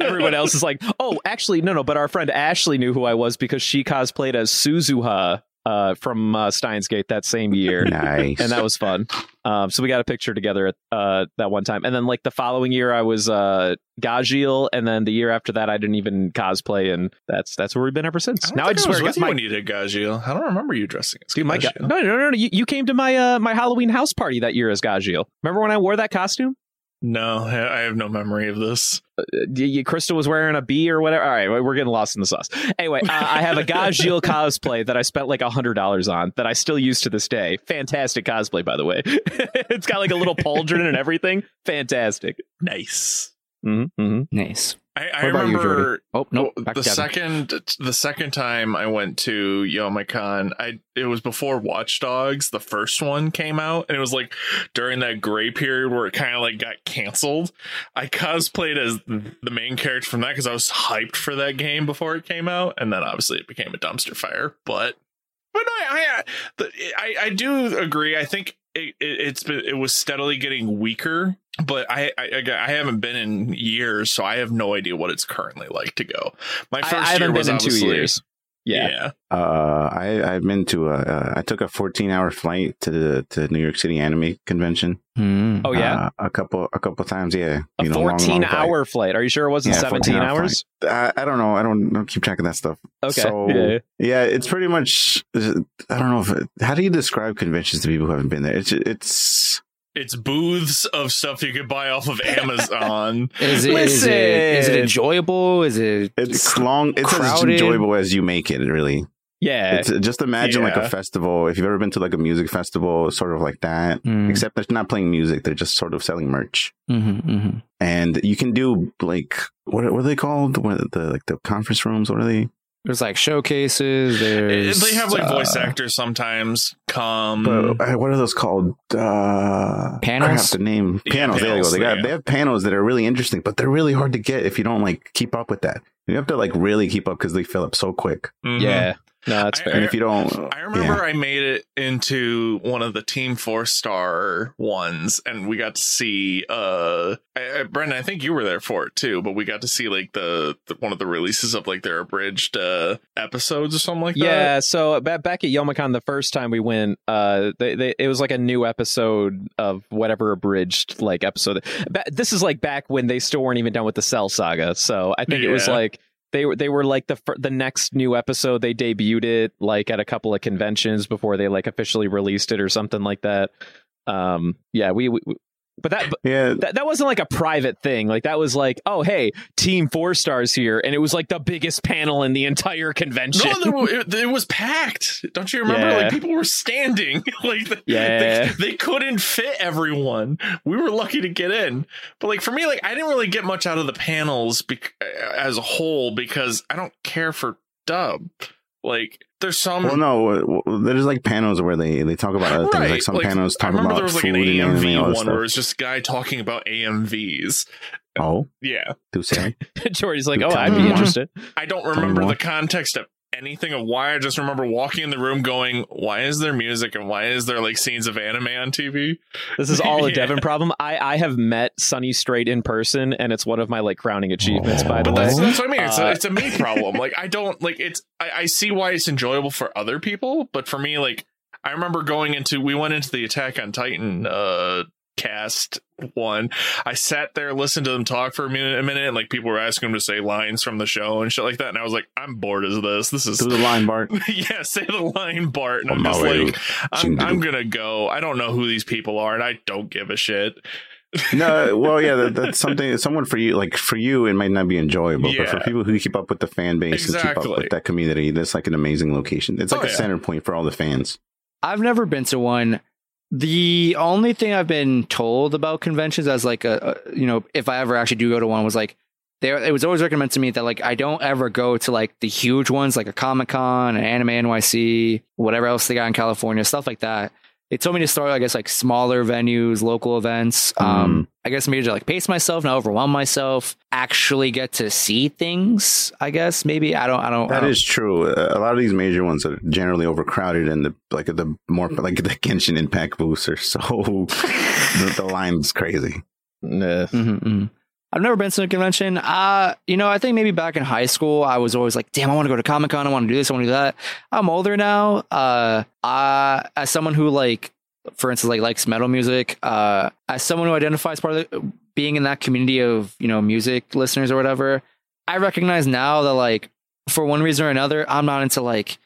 Everyone else is like, "Oh, actually, no, no." But our friend Ashley knew who I was because she cosplayed as Suzuha uh, from uh, Steins Gate that same year. Nice. and that was fun. Um, so we got a picture together at uh, that one time, and then like the following year, I was uh, Gajil, and then the year after that, I didn't even cosplay, and that's that's where we've been ever since. don't now I think just was wear with you my when you did Gajil. I don't remember you dressing as dude, my ga- Gajeel. no, no, no, no. You, you came to my uh, my Halloween house party that year as Gajil. Remember when I wore that costume? No, I I have no memory of this. Uh, y- y- Crystal was wearing a bee or whatever. All right, we're getting lost in the sauce. Anyway, uh, I have a Gajil cosplay that I spent like hundred dollars on that I still use to this day. Fantastic cosplay, by the way. it's got like a little pauldron and everything. Fantastic. Nice. Mm-hmm, Nice. I, I What about you, remember Jordy? Oh no, Well, back the to Devin. second the second time I went to Yomicon, I it was before Watch Dogs, the first one came out, and it was like during that gray period where it kind of like got canceled. I cosplayed as the main character from that because I was hyped for that game before it came out, and then obviously it became a dumpster fire. But but no, I I, the- I I do agree. I think it, it it's been it was steadily getting weaker. But I, I again, I haven't been in years, so I have no idea what it's currently like to go. My I, first I haven't year been was in two obviously- years. Yeah. yeah. Uh, I I've been to a, uh, I took a 14 hour flight to the to New York City Anime Convention. Hmm. Oh yeah. Uh, a couple a couple times. Yeah, a You know, long, long 14 flight. hour flight. Are you sure it wasn't Yeah, 17 14 hour hours? I, I don't know. I don't, I don't keep track of that stuff. Okay. So, Yeah. yeah, it's pretty much. I don't know if how do you describe conventions to people who haven't been there. It's it's It's booths of stuff you could buy off of Amazon. Is it, is it is it Listen. enjoyable? Is it it's long. It's crowded. as enjoyable as you make it. Really, Yeah. it's just imagine like Yeah. a festival. If you've ever been to like a music festival, sort of like that. Mm. Except they're not playing music; they're just sort of selling merch. Mhm, mhm. And you can do like what, what are they called? What, the like the conference rooms? What are they? There's like showcases. There's they have like voice uh, actors sometimes come. But, uh, what are those called? Uh, Panels? I have the name. Yeah, Panels. there you go. panels, They got yeah. they have panels that are really interesting, but they're really hard to get if you don't like keep up with that. You have to like really keep up because they fill up so quick. Mhm. Yeah. No, that's I- fair. And if you don't, Eh. I remember I made it into one of the Team Four Star ones, and we got to see. uh I, I, Brendan, I think you were there for it too, but we got to see like the, the one of the releases of like their abridged uh episodes or something like yeah, so ba- back at Yomicon the first time we went, uh, they, they, it was like a new episode of whatever abridged like episode. Ba- this is like back when they still weren't even done with the Cell saga, so I think it was Yeah. like they were they were like the fir- the next new episode. They debuted it like at a couple of conventions before they like officially released it or something like that. Um, yeah, we, we But that Yeah, that, that wasn't like a private thing. Like that was like, oh hey, team four stars here, and it was like the biggest panel in the entire convention. No, there, wa- it, it was packed. Don't you remember? Yeah. Like people were standing. like they, Yeah. they, they couldn't fit everyone. We were lucky to get in. But like for me, like I didn't really get much out of the panels bec- uh, as a whole because I don't care for dub. Like there's some Well, no, uh, w- w- there's like panels where they they talk about other things. Like some panels I talk remember about there was like food an and everything, AMV all one where this it stuff. was just a guy talking about AMVs. Oh, Yeah, do say Jordy's like, You oh, tell I'd me be more. interested. I don't remember more. the context of anything of why. I just remember walking in the room, going, "Why is there music and why is there like scenes of anime on TV?" This is all a Yeah. Devin problem. I I have met Sunny Straight in person, and it's one of my like crowning achievements. By the But way, that's, that's what I mean. It's, a, Uh, it's a me problem. Like I don't like it's. I, I see why it's enjoyable for other people, but for me, like I remember going into we went into the Attack on Titan uh cast one. I sat there, listened to them talk for a minute, a minute, and like people were asking them to say lines from the show and shit like that, and I was like, I'm bored as this. This is through the line, Oh, Bart. yeah, say the line, Bart. And On I'm my just way like, to I'm, I'm gonna go. I don't know who these people are, and I don't give a shit. No, well, yeah, that, that's something. Someone for you, like for you, it might not be enjoyable, but for Yeah. people who keep up with the fan base and keep Exactly. up with that community, that's like an amazing location. It's like Oh, a yeah. center point for all the fans. I've never been to one. The only thing I've been told about conventions as like a, a you know, if I ever actually do go to one was like there it was always recommended to me that like I don't ever go to like the huge ones like a Comic Con, an Anime NYC, whatever else they got in California, stuff like that. They told me to start, I guess, like smaller venues, local events. Mm. Um, I guess maybe to like pace myself, not overwhelm myself, actually get to see things. I guess maybe I don't. I don't. I That don't- is true. A a lot of these major ones are generally overcrowded, and the like the more like the Genshin Impact booths are so the, the line's crazy. Nah. Mhm, mhm. I've never been to a convention. Uh, you know, I think maybe back in high school, I was always like, damn, I want to go to Comic Con. I want to do this. I want to do that. I'm older now. Uh, uh, as someone who like, for instance, like likes metal music, uh, as someone who identifies part of the, being in that community of, you know, music listeners or whatever, I recognize now that like, for one reason or another, I'm not into like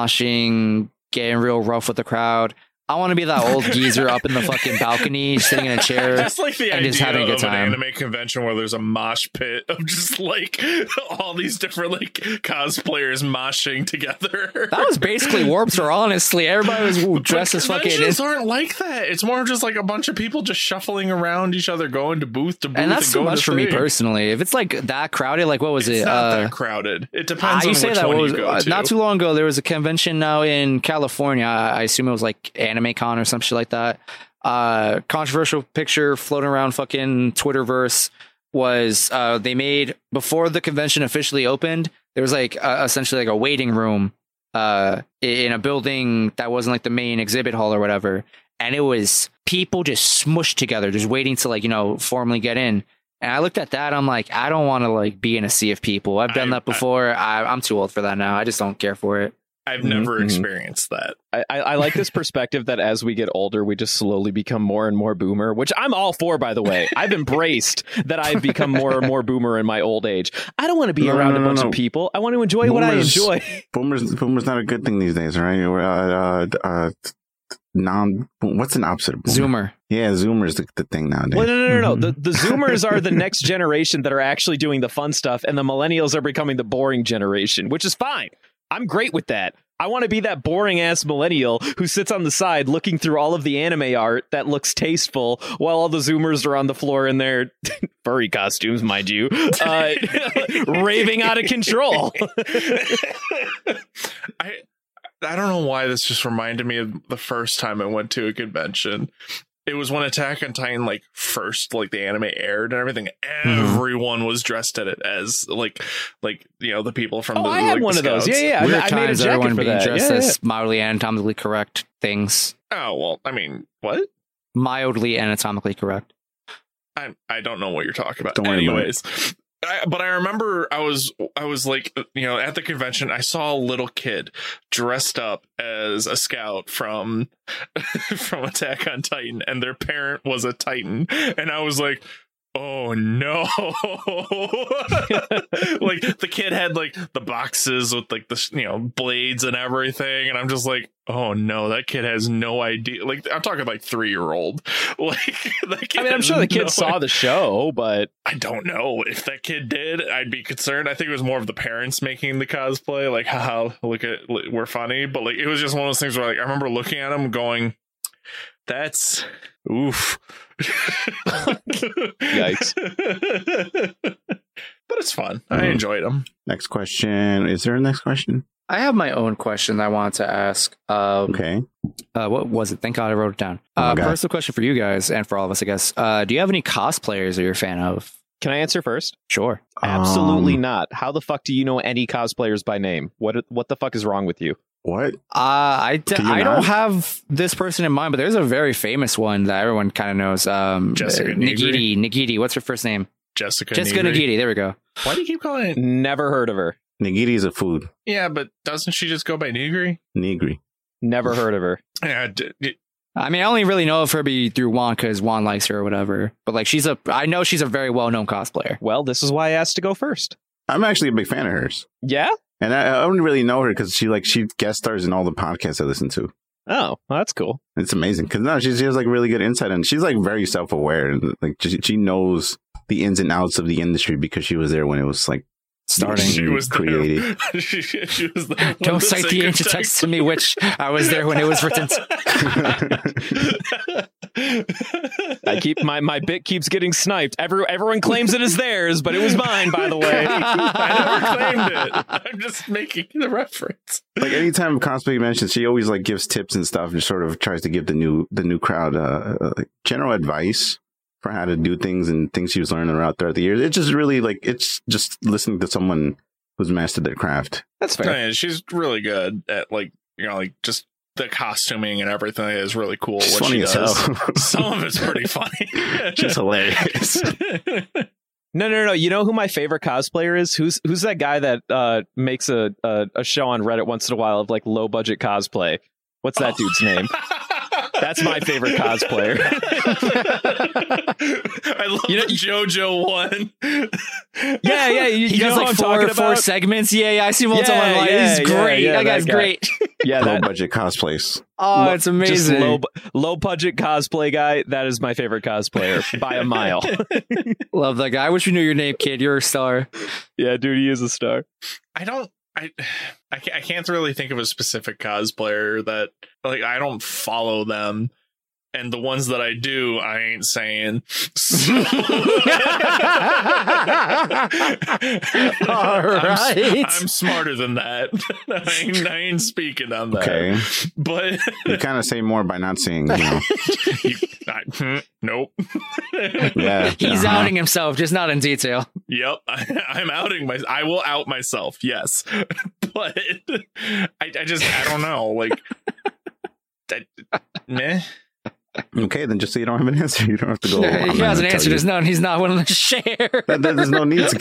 moshing, getting real rough with the crowd. I want to be that old geezer up in the fucking balcony, sitting in a chair. Just like the Uh, and idea just having a good of time. an anime convention where there's a mosh pit of just like all these different like cosplayers moshing together. That was basically Warped Tour, honestly. Everybody was dressed as fucking. Conventions aren't like that. It's more just like a bunch of people just shuffling around each other, going to booth to booth, And that's too going much to for me thing. personally. If it's like that crowded, like what was It's it? not Uh, that crowded. It ah, depends you on say which that one what was you go uh, to. not too long ago. There was a convention now in California. I I assume it was like Anime Con or some shit like that. Uh, controversial picture floating around fucking Twitterverse was uh, they made before the convention officially opened. There was like uh, essentially like a waiting room uh, in a building that wasn't like the main exhibit hall or whatever, and it was people just smushed together, just waiting to like you know formally get in. And I looked at that. I'm like, I don't want to like be in a sea of people. I've done I- that before. I, I'm too old for that now. I just don't care for it. I've Mhm, never Mm-hmm. mhm. experienced that. I, I, I like this perspective that as we get older, we just slowly become more and more boomer, which I'm all for, by the way. I've embraced that I've become more and more boomer in my old age. I don't want to be No, around no, a no, bunch no. of people. I want to enjoy what I Boomers- enjoy. Boomer's boomer's not a good thing these days, right? We're, Uh, uh, uh, non. What's an opposite of boomer? Zoomer. Yeah, Zoomer's the, the thing nowadays. Well, no, no, no, no. The, the Mm-hmm. Zoomers are the next generation that are actually doing the fun stuff, and the Millennials are becoming the boring generation, which is fine. I'm great with that. I want to be that boring ass millennial who sits on the side looking through all of the anime art that looks tasteful while all the Zoomers are on the floor in their furry costumes, mind you, uh, raving out of control. I I don't know why this just reminded me of the first time I went to a convention. It was when Attack on Titan like first like the anime aired and everything. Hmm. Everyone was dressed at it as like like you know the people from Oh, the I had like, the one of those. scouts. Yeah, yeah. I, Weird I made a times, jacket everyone for being that. dressed Yeah, yeah. as mildly anatomically correct things. Oh well, I mean, what? Mildly anatomically correct. I I don't know what you're talking about. Don't worry about it. Anyways, I, but I remember I was I was like you know at the convention I saw a little kid dressed up as a scout from from Attack on Titan and their parent was a Titan and I was like oh no like the kid had like the boxes with like the you know blades and everything and i'm just like oh no that kid has no idea like i'm talking like three year old like that kid I mean, I'm has sure the kid no saw the show, but I don't know if that kid did. I'd be concerned. I think it was more of the parents making the cosplay, like, haha, look at we're funny. But like, it was just one of those things where like I remember looking at him going, "That's oof." Yikes! but it's fun. I Mhm. enjoyed him. Next question. Is there a next question? I have my own question I want to ask. Um, Okay. uh, what was it? Thank God I wrote it down. Oh my Uh, God. personal question for you guys and for all of us, I guess. Uh, do you have any cosplayers that you're a fan of? can I answer first? Sure. Absolutely Um, not. How the fuck do you know any cosplayers by name? What what the fuck is wrong with you? What? Uh, I, d- Can you I not? don't have this person in mind, but there's a very famous one that everyone kind of knows. Um, Jessica uh, Nagiri. Nagiri. What's her first name? Jessica. Jessica Negri. Nagiri. There we go. Why do you keep calling it? Never heard of her. Nigiri is a food. Yeah, but doesn't she just go by Negri? Nigri. Never heard of her. Yeah. d- d- I mean, I only really know of her be through Juan because Juan likes her or whatever. But like, she's a. I know she's a very well known cosplayer. Well, this is why I asked to go first. I'm actually a big fan of hers, Yeah? and I, I don't really know her because she like she guest stars in all the podcasts I listen to. Oh, well, that's cool. It's amazing because no, she, she has like really good insight, and she's like very self aware, and like she, she knows the ins and outs of the industry because she was there when it was like starting she and was there. created. she, she was there when Don't cite the sacred ancient text to me, which I was there when it was written. I keep my, my bit keeps getting sniped. Every, everyone claims it is theirs, but it was mine, by the way. I never claimed it. I'm just making the reference. like anytime cosplay mentions, she always like gives tips and stuff, and sort of tries to give the new the new crowd uh, uh, like, general advice for how to do things and things she was learning around throughout the years. It's just really like it's just listening to someone who's mastered their craft. That's fair. Man, she's really good at like you know like just the costuming and everything is really cool. She's what funny she as does. hell. Some of it's pretty funny. She's hilarious. No, no, no. You know who my favorite cosplayer is? Who's who's that guy that uh, makes a, a a show on Reddit once in a while of like low budget cosplay? What's that dude's name? That's my favorite cosplayer. I love You know- the JoJo one. Yeah, yeah. You, you know guys who like I'm four, talking four about? segments. Yeah, yeah. I see multiple. Yeah, Yeah, like, yeah, this is yeah, great. yeah, that guy's that guy. great. Yeah, Low that budget cosplays. Oh, Lo- it's just amazing. low bu- low budget cosplay guy. That is my favorite cosplayer by a mile. Love that guy. I wish we knew your name, kid. You're a star. yeah, dude, he is a star. I don't. I, I ca- I can't really think of a specific cosplayer that like I don't follow them, and the ones that I do, I ain't saying. So- I'm, s- right. I'm smarter than that. I ain't, I ain't speaking on that. Okay, But you kind of say more by not saying. You know. you, I, hmm, nope. Yeah, He's uh-huh. outing himself, just not in detail. Yep, I, I'm outing my. I will out myself. Yes, but I, I just I don't know. Like, I, meh. Uh-huh. Okay, then just so you don't have an answer, you don't have to go. "Oh, I'm he has an not gonna answer. tell you." There's none. He's not willing to share. That- that- There's no need to. There's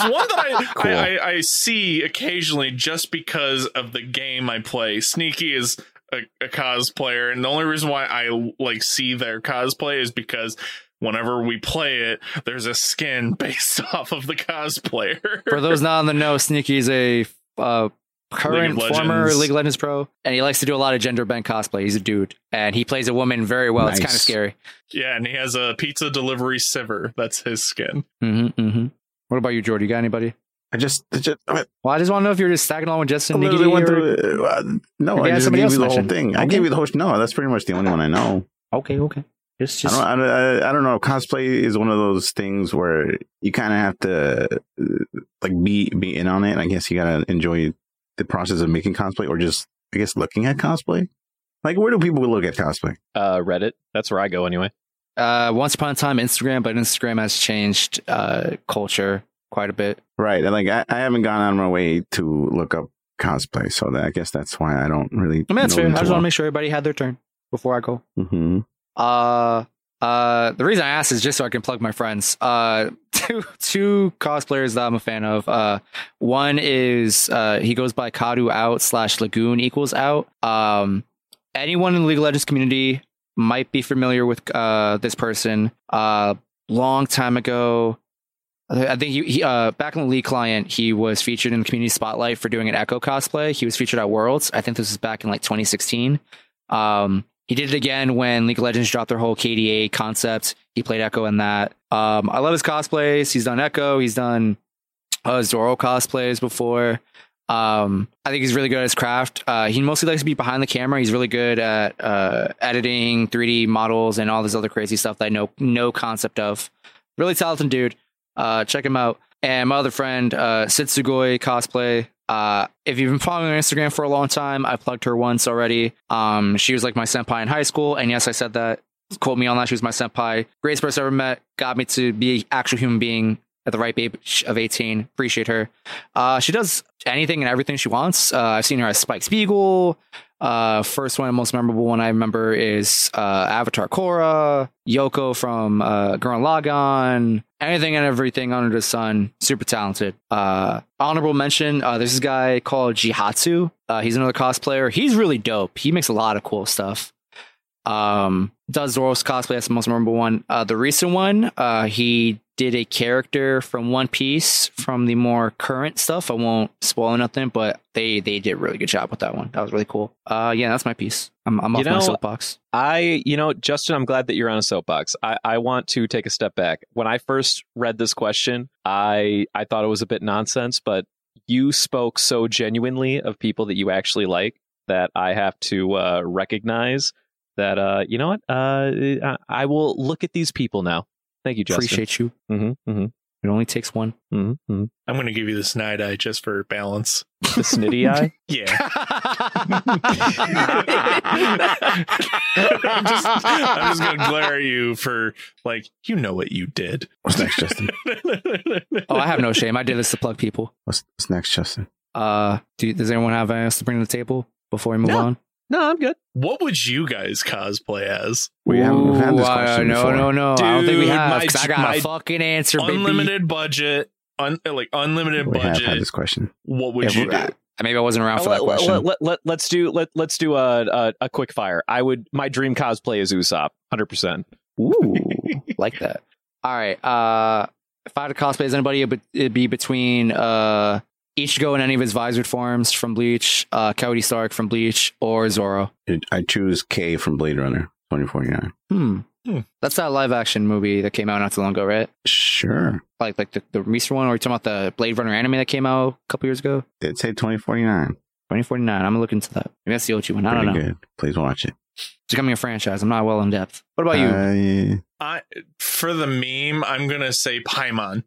one that I, Cool. I, I I see occasionally just because of the game I play. Sneaky is a, a cosplayer, and the only reason why I like see their cosplay is because whenever we play it, there's a skin based off of the cosplayer. For those not on the know, Sneaky's a uh, current League of former Legends. League of Legends pro, and he likes to do a lot of gender bent cosplay. He's a dude, and he plays a woman very well. It's Nice. kind of scary. Yeah, and he has a pizza delivery siver. That's his skin. hmm hmm What about you, Jordy? You got anybody? I just, I just Well, I just want to know if you're just stacking on with I Justin. literally Nigidi went or- through. Uh, no, Maybe I ask just somebody gave you else the whole mention. thing. I Okay. gave you the whole. No, that's pretty much the only one I know. Okay, okay. Just, I just. don't. I, don't- I, I don't know. Cosplay is one of those things where you kind of have to uh, like be be in on it. I guess you gotta enjoy the process of making cosplay, or just I guess looking at cosplay. Like, where do people look at cosplay? Uh, Reddit. That's where I go anyway. Uh, once upon a time, Instagram, but Instagram has changed uh, culture quite a bit. Right. and, Like, I, I haven't gone on my way to look up cosplay, so that, I guess that's why I don't really. I mean, that's know fair. I them just too want to make sure everybody had their turn before I go. well. Mhm. Uh, uh, the reason I asked is just so I can plug my friends. Uh, two two cosplayers that I'm a fan of. Uh, one is uh he goes by Kadu out slash Lagoon equals out. Um, anyone in the League of Legends community might be familiar with uh, this person. Uh, long time ago, I I think he, he uh, back in the lead client, he was featured in the community spotlight for doing an Echo cosplay. He was featured at Worlds. I think this was back in like 2016. Um, he did it again when League of Legends dropped their whole KDA concept. He played Echo in that. Um, I love his cosplays. He's done Echo. He's done uh, Zoro cosplays before. Um, I think he's really good at his craft. Uh, he mostly likes to be behind the camera. He's really good at uh, editing 3D models and all this other crazy stuff that I know no concept of. Really talented dude. Uh, check him out. And my other friend, uh, Sitsugoi cosplay. Uh, if you've been following her on Instagram for a long time, I plugged her once already. Um, she was like my senpai in high school, and yes, I said that. Quote me on that. She was my senpai. Greatest person I ever met. Got me to be an actual human being at the ripe age of 18. Appreciate her. Uh, she does anything and everything she wants. Uh, I've seen her as Spike Spiegel. Uh, first one, and most memorable one I remember is uh, Avatar Korra, Yoko from uh, Gurren Lagann, anything and everything under the sun. Super talented. Uh, honorable mention: uh, there's this guy called Jihatsu. Uh, he's another cosplayer. He's really dope. He makes a lot of cool stuff. Um, does Zoro's cosplay? That's the most memorable one. Uh, the recent one, uh, he did a character from One Piece from the more current stuff. I won't spoil nothing, but they they did a really good job with that one. That was really cool. Uh, yeah, that's my piece. I'm, I'm You off my know, soapbox. I, you know, Justin, I'm glad that you're on a soapbox. I, I want to take a step back. When I first read this question, I, I thought it was a bit nonsense, but you spoke so genuinely of people that you actually like that I have to uh, recognize that, uh, you know what? Uh, I, I will look at these people now. Thank you, Justin. Appreciate you. Mm-hmm, mm-hmm, It only takes one. mm-hmm, mm-hmm. I'm going to give you the snide eye just for balance. The snitty eye. Yeah. I'm just, I'm just going to glare at you for, like, you know what you did. What's next, Justin? oh, I have no shame. I did this to plug people. What's, what's next, Justin? Uh, do, does anyone have anything else to bring to the table before we move No. on? No, I'm good. What would you guys cosplay as? We haven't we've had Ooh, this uh, question no, before. no, no. I don't think we Dude, have. my- 'cause I got my- a fucking answer, baby. Unlimited budget, un, like unlimited we have had budget. this question. What would Yeah, you we- do? Maybe I wasn't around for that let, question. us do let let's do a, a a quick fire. I would my dream cosplay is Usopp, hundred percent. Ooh, like that. All right. Uh, if I had to cosplay as anybody, it'd be- it'd be between uh, Ichigo in any of his visored forms from Bleach, uh, Coyote Stark from Bleach, or Zoro. Dude, I choose K from Blade Runner 2049. Hmm. Hmm. That's that live action movie that came out not too long ago, right? Sure. Like like the, the recent one, or you talking about the Blade Runner anime that came out a couple years ago? Did say 2049. 2049. I'm gonna look into that. Maybe that's the OG one. I don't know. Pretty good. Please watch it. It's becoming a franchise. I'm not well in depth. What about you? Uh, I, for the meme, I'm going to say Paimon.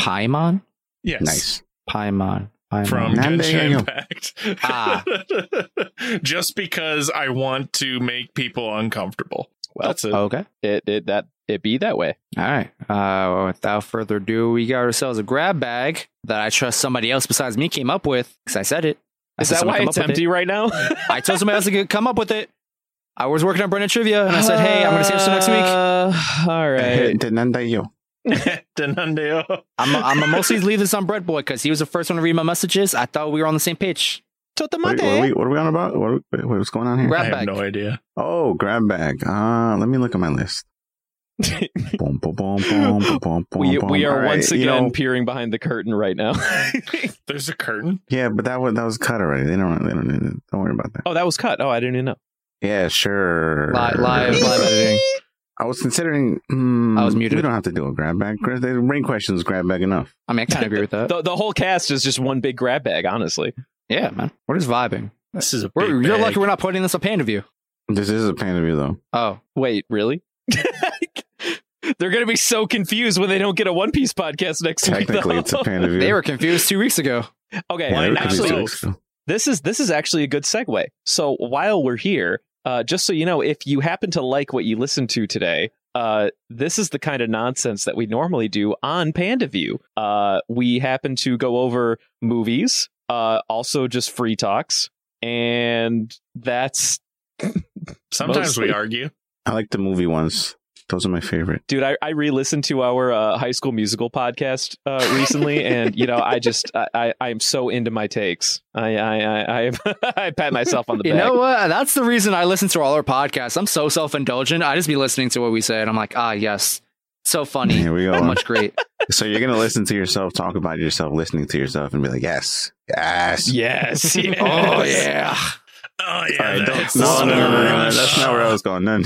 Paimon? Yes. nice. Paimon. Paimon. From Nande Genshin Yayo. Impact. Ah. Ah. Just because I want to make people uncomfortable. Well, That's it. Okay. It it that it be that way. All right. Uh, without further ado, we got ourselves a grab bag that I trust somebody else besides me came up with because I said it. I Is said that someone why come it's up with empty right now? it. I told somebody else to come up with it. I was working on Brennan Trivia and I said, hey, I'm going to save this for next week. Uh, all right. Did Nanda Yo. Denandeo. I'm going to mostly leave this on Bread Boy because he was the first one to read my messages. I thought we were on the same page. Wait, what, are we, what are we on about? What are we- wait, what's going on here? Grab I have bag. no idea. Oh, grab bag. Uh, let me look at my list. Boom, boom, boom, boom, boom, boom, We, boom. we All are right, once you again know, peering behind the curtain right now. There's a curtain. yeah, but that was that was cut already. They don't. They don't. Don't worry about that. oh, that was cut. Oh, I didn't even know. Yeah, sure. Live, live, live editing. I was considering. hmm, I was muted. We don't have to do a grab bag. Gra- The ring questions grab bag enough. I mean, I kind of agree with that. The, the whole cast is just one big grab bag, honestly. Yeah, man. We're just vibing. This is a big We're, you're bag. lucky we're not putting this on Panda View. This is a pain of you though. Oh, Wait, really? They're going to be so confused when they don't get a One Piece podcast next Technically, week. it's a though. pain of you. they were confused two weeks ago. okay, Yeah, they were actually- confused two weeks ago. this is this is actually a good segue. So while we're here, uh, just so you know, if you happen to like what you listened to today, uh, this is the kind of nonsense that we normally do on PandaView. Uh, we happen to go over movies, uh, also just free talks, and that's Sometimes Mostly. we argue. I like the movie ones. Those are my favorite. dude i, I re-listened to our uh, high school musical podcast uh, recently and you know i just I, I i'm so into my takes i i i i, I pat myself on the You back know what? That's the reason I listen to all our podcasts. I'm so self indulgent. I just be listening to what we say, and I'm like, ah, yes, so funny, Here we go. so much great. So you're gonna listen to yourself talk about yourself, listening to yourself, and be like, yes, yes. yes, yes. oh yeah. Oh All yeah, right, that's don't- no, no, no, no, no, no, so that's not where I was going. None.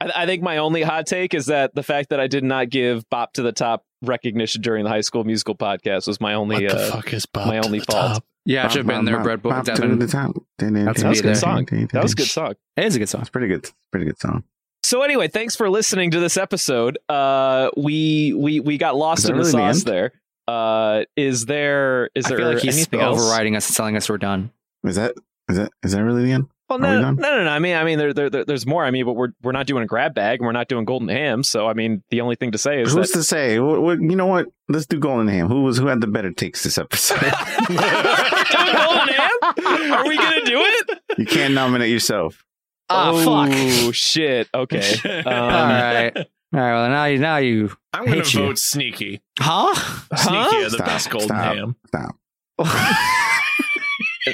I, I think my only hot take is that the fact that i did not give bop to the top recognition during the high school musical podcast was my only What the uh, fuck is Bob my to only the fault. top? Yeah, I should have been there, Brett Bob to Devin. the top. That's that was a Either. good song that was a good song It is a good song. That's pretty good. Pretty good song. So anyway, thanks for listening to this episode. Uh, we we we got Is lost that in the really the sauce end? there. Uh, is there is I there feel like he's anything else? overriding us and telling us we're done. Is that is that is that really the end? Well, Are we no, no, done? no, no. I mean, I mean, there, there, there- there's more. I mean, but we're we're not doing a grab bag and we're not doing golden ham. So I mean, the only thing to say is Who's that to say? What, what, you know what? Let's do Golden Ham. Who was who had the better takes this episode? doing golden ham. Are we gonna do it? you can't nominate yourself. Ah, Oh fuck. shit. Okay. Um, All right. All right. Well, now you, now you, I'm gonna Hate you. vote sneaky. huh? Sneaky Huh? are the Stop, best golden stop. ham. Stop.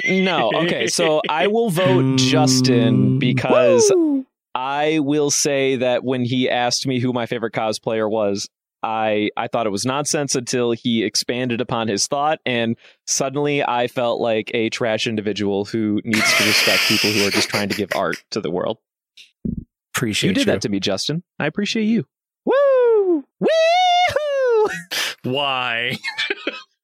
No. Okay. So I will vote Justin because I will say that when he asked me who my favorite cosplayer was, I I thought it was nonsense until he expanded upon his thought, and suddenly I felt like a trash individual who needs to respect people who are just trying to give art to the world. Appreciate you did that to me, Justin. I appreciate you. Woo! Woo! Why?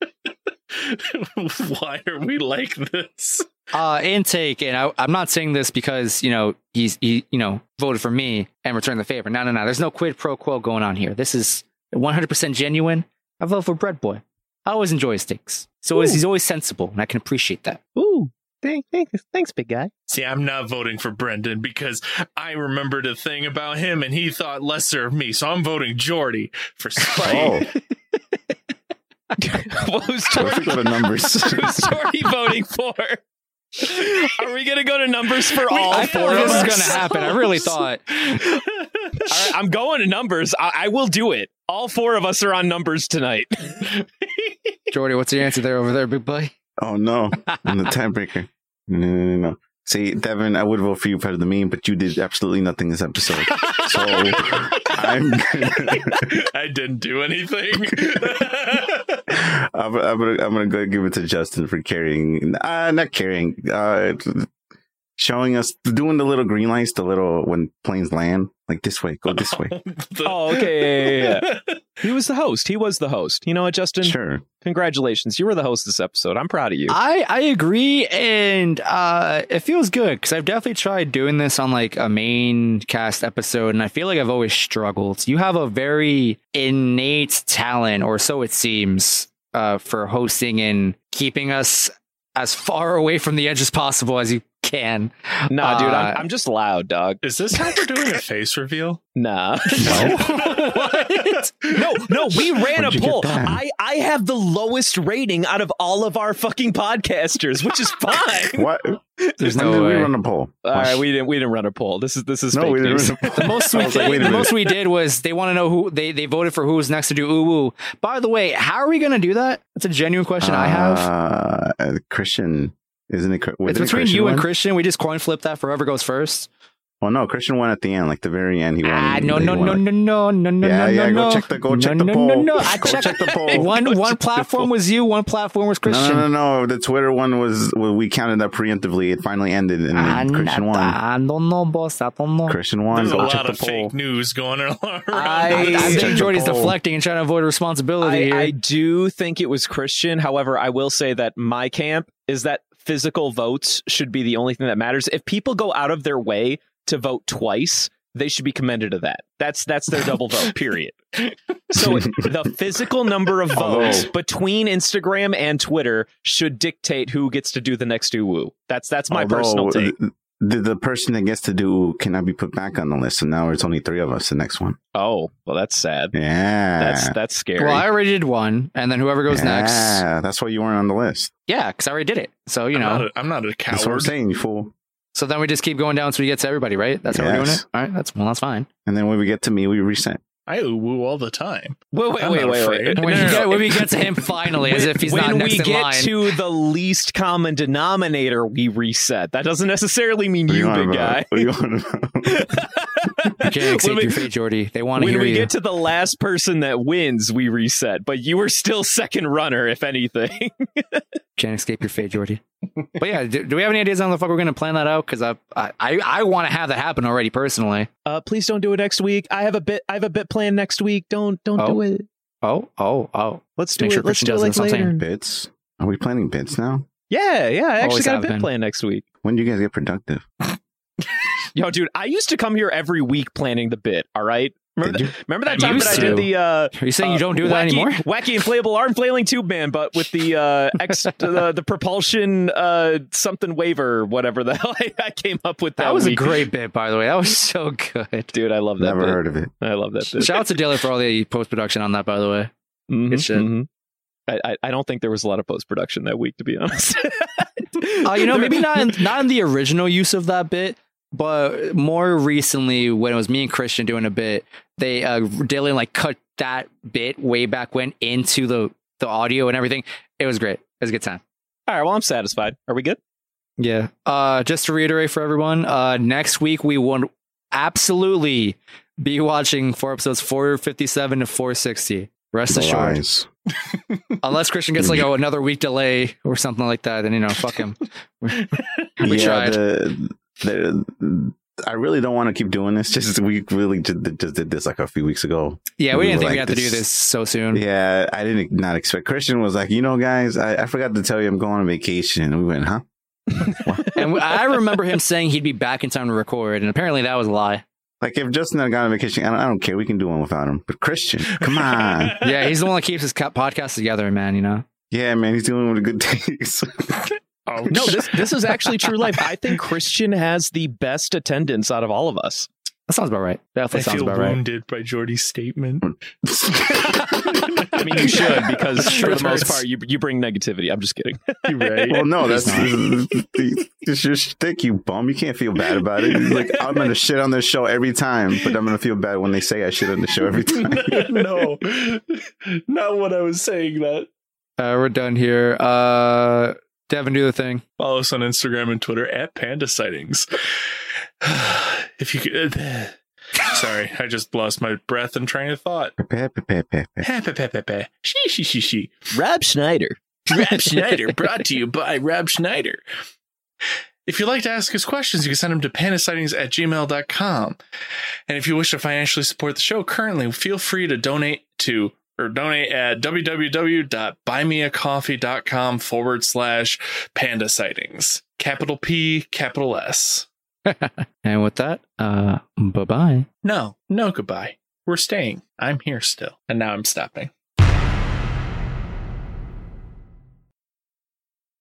Why are we like this? uh intake and I, i'm not saying this because you know he's he you know voted for me and returned the favor no no no there's no quid pro quo going on here this is 100% genuine i vote for bread boy i always enjoy his takes so he's- he's always sensible and i can appreciate that Ooh! Thanks, thanks, thanks, big guy. See, I'm not voting for Brendan because I remembered a thing about him and he thought lesser of me. So I'm voting Jordy for spite. Oh, what was so if we Jordy, go to numbers. who's Jordy voting for? Are we gonna go to numbers for all i four thought of this us? was gonna happen i really thought All right, I'm going to numbers. I, I will do it. All four of us are on numbers tonight. jordy what's your answer there over there big boy Oh no, I'm the tiebreaker. No, no, no, no. See, Devin, I would vote for you for the meme, but you did absolutely nothing this episode. So I'm gonna, I didn't do anything. I'm, I'm gonna I'm gonna go give it to Justin for carrying, uh, not carrying, uh, showing us doing the little green lights, the little when planes land, like this way, go this way. The- Oh, okay. Yeah, yeah, He was the host. He was the host. You know what, Justin? Sure. Congratulations. You were the host this episode. I'm proud of you. I I agree, and uh, it feels good because I've definitely tried doing this on like a main cast episode, and I feel like I've always struggled. You have a very innate talent, or so it seems, uh, for hosting and keeping us as far away from the edge as possible as you can. nah, dude, Uh, I'm, I'm just loud, dog. Is this how we're doing a face reveal? Nah. What? No, no, we ran Where'd a you get poll. that? I, I have the lowest rating out of all of our fucking podcasters, which is fine. What? There's When no did we way. Uh, run a poll? all right, we didn't we didn't run a poll. This is this is no, fake we didn't. news. Run a poll. The most I we was like, wait did, a the minute. most we did was they want to know who they, they voted for who was next to do ooh woo. By the way, how are we gonna do that? That's a genuine question I have. Uh, uh, Christian, isn't it? Chr- It's wasn't it between Christian you and won? Christian. We just coin flip that. Forever goes first. Well, no, Christian won at the end, like the very end. He won. Ah, no, he no, won. no, no, no, no, no, Yeah, no, yeah. no. Go check the go no, check no, the poll. No, no, I go checked. check the poll. One one platform was you. One platform was No, Christian. No, no, no. The Twitter one was well, we counted that preemptively. It finally ended, and Ah, then Christian nah, won. I don't know, boss. I don't know. Christian won. There's a go check lot the of poll. fake news going on around. I, I Check think the Jordy's poll. deflecting and trying to avoid responsibility I, here. I do think it was Christian. However, I will say that my camp is that physical votes should be the only thing that matters. If people go out of their way to vote twice, they should be commended to that. That's that's their double vote. Period. So the physical number of votes Although- between Instagram and Twitter should dictate who gets to do the next uwu. That's that's my Although, uh, personal take. th- The, the person that gets to do cannot be put back on the list, so now it's only three of us. The next one, Oh well, that's sad. yeah, That's that's scary. well, I already did one, and then whoever goes next. Yeah, that's why you weren't on the list. Yeah, because I already did it. So you I'm know. not a, I'm not a That's what I'm coward. saying, you fool. So then we just keep going down so we get to everybody, right? That's how we're doing Yes. it. All right, that's well, that's fine. And then when we get to me, we reset. I woo all the time. Wait, wait, I'm wait, not wait, wait. afraid. No, When, no, you no. get, when we get to him finally, as if he's when not next we in get line. to the least common denominator, we reset. That doesn't necessarily mean What do you, want big about? guy. What do you want about? you can't When accept we- your fate, Jordy. They want to When hear we you. get to the last person that wins, we reset. But you were still second runner, if anything. Can't escape your fate, Jordy. but yeah, do, do we have any ideas on the fuck we're gonna plan that out? Because I I I, I want to have that happen already personally. Uh, please don't do it next week. I have a bit. I have a bit planned next week. Don't don't Oh. do it. Oh oh oh! Let's do Make it. sure Let's Christian do it does like this, I'm saying. later. bits? Are we planning bits now? Yeah, yeah. I actually Always got a have bit been. planned next week. When do you guys get productive? Yo, dude, I used to come here every week planning the bit. All right. Remember, Did that, remember that I time that I used did to. the uh, Are you saying you uh, don't do that wacky, anymore? Wacky inflatable arm flailing tube man, but with the uh, ex, the, the propulsion uh, something waiver, whatever the hell I, I came up with. That, That was a week. great bit, by the way. That was so good. dude. I love that. Never bit. heard of it. I love that. Bit. Shout out to Daily for all the post production on that, by the way. Mhm, Good shit. mhm. I, I, I don't think there was a lot of post production that week, to be honest. Oh, Uh, you know, maybe not in, not in the original use of that bit, but more recently when it was me and Christian doing a bit, they uh, Dylan like cut that bit way back when into the the audio and everything. It was great. It was a good time. All right, well, I'm satisfied. Are we good? Yeah. Uh, just to reiterate for everyone, uh, next week we will absolutely be watching four episodes 457 to 460. Rest assured. Lies. Unless Christian gets like oh, another week delay or something like that, then you know, fuck him. We, we yeah, tried. The, the, I really don't want to keep doing this. Just we really ju- just, did this like a few weeks ago. yeah, we we didn't think we like had to do this. this so soon. Yeah, I didn't not expect. Christian was like, you know, guys, I, I forgot to tell you I'm going on vacation. And we went, huh? And I remember him saying he'd be back in time to record, and apparently that was a lie. Like if Justin had gone on vacation, I don't, I don't care. We can do one without him. But Christian, come on. Yeah, he's the one that keeps his co- podcast together, man. You know, yeah, man, he's doing with the good things. Oh, No, this this is actually true life. I think Christian has the best attendance out of all of us. that sounds about right. Definitely I sounds feel about right. wounded by Jordy's statement. I mean, you should because for Truth the most hurts. part, you you bring negativity. I'm just kidding. You right? well, no, that's He's it's your shtick, you bum. You can't feel bad about it. He's like I'm gonna shit on this show every time, but I'm gonna feel bad when they say I shit on the show every time. no, not what I was saying. That Uh, we're done here. Uh, Devin, do the thing. follow us on Instagram and Twitter at Panda Sightings. if you could, uh, sorry, I just lost my breath and train of thought. Pepe, pepe, pepe. She, she, she, she. Rob Schneider. Rab Schneider, brought to you by Rab Schneider. If you'd like to ask us questions, you can send them to pandasightings at gmail.com. And if you wish to financially support the show currently, feel free to donate to or donate at www.buymeacoffee.com forward slash panda sightings. Capital P, capital S. And with that, uh, bye bye. No, no goodbye. We're staying. I'm here still. And now I'm stopping.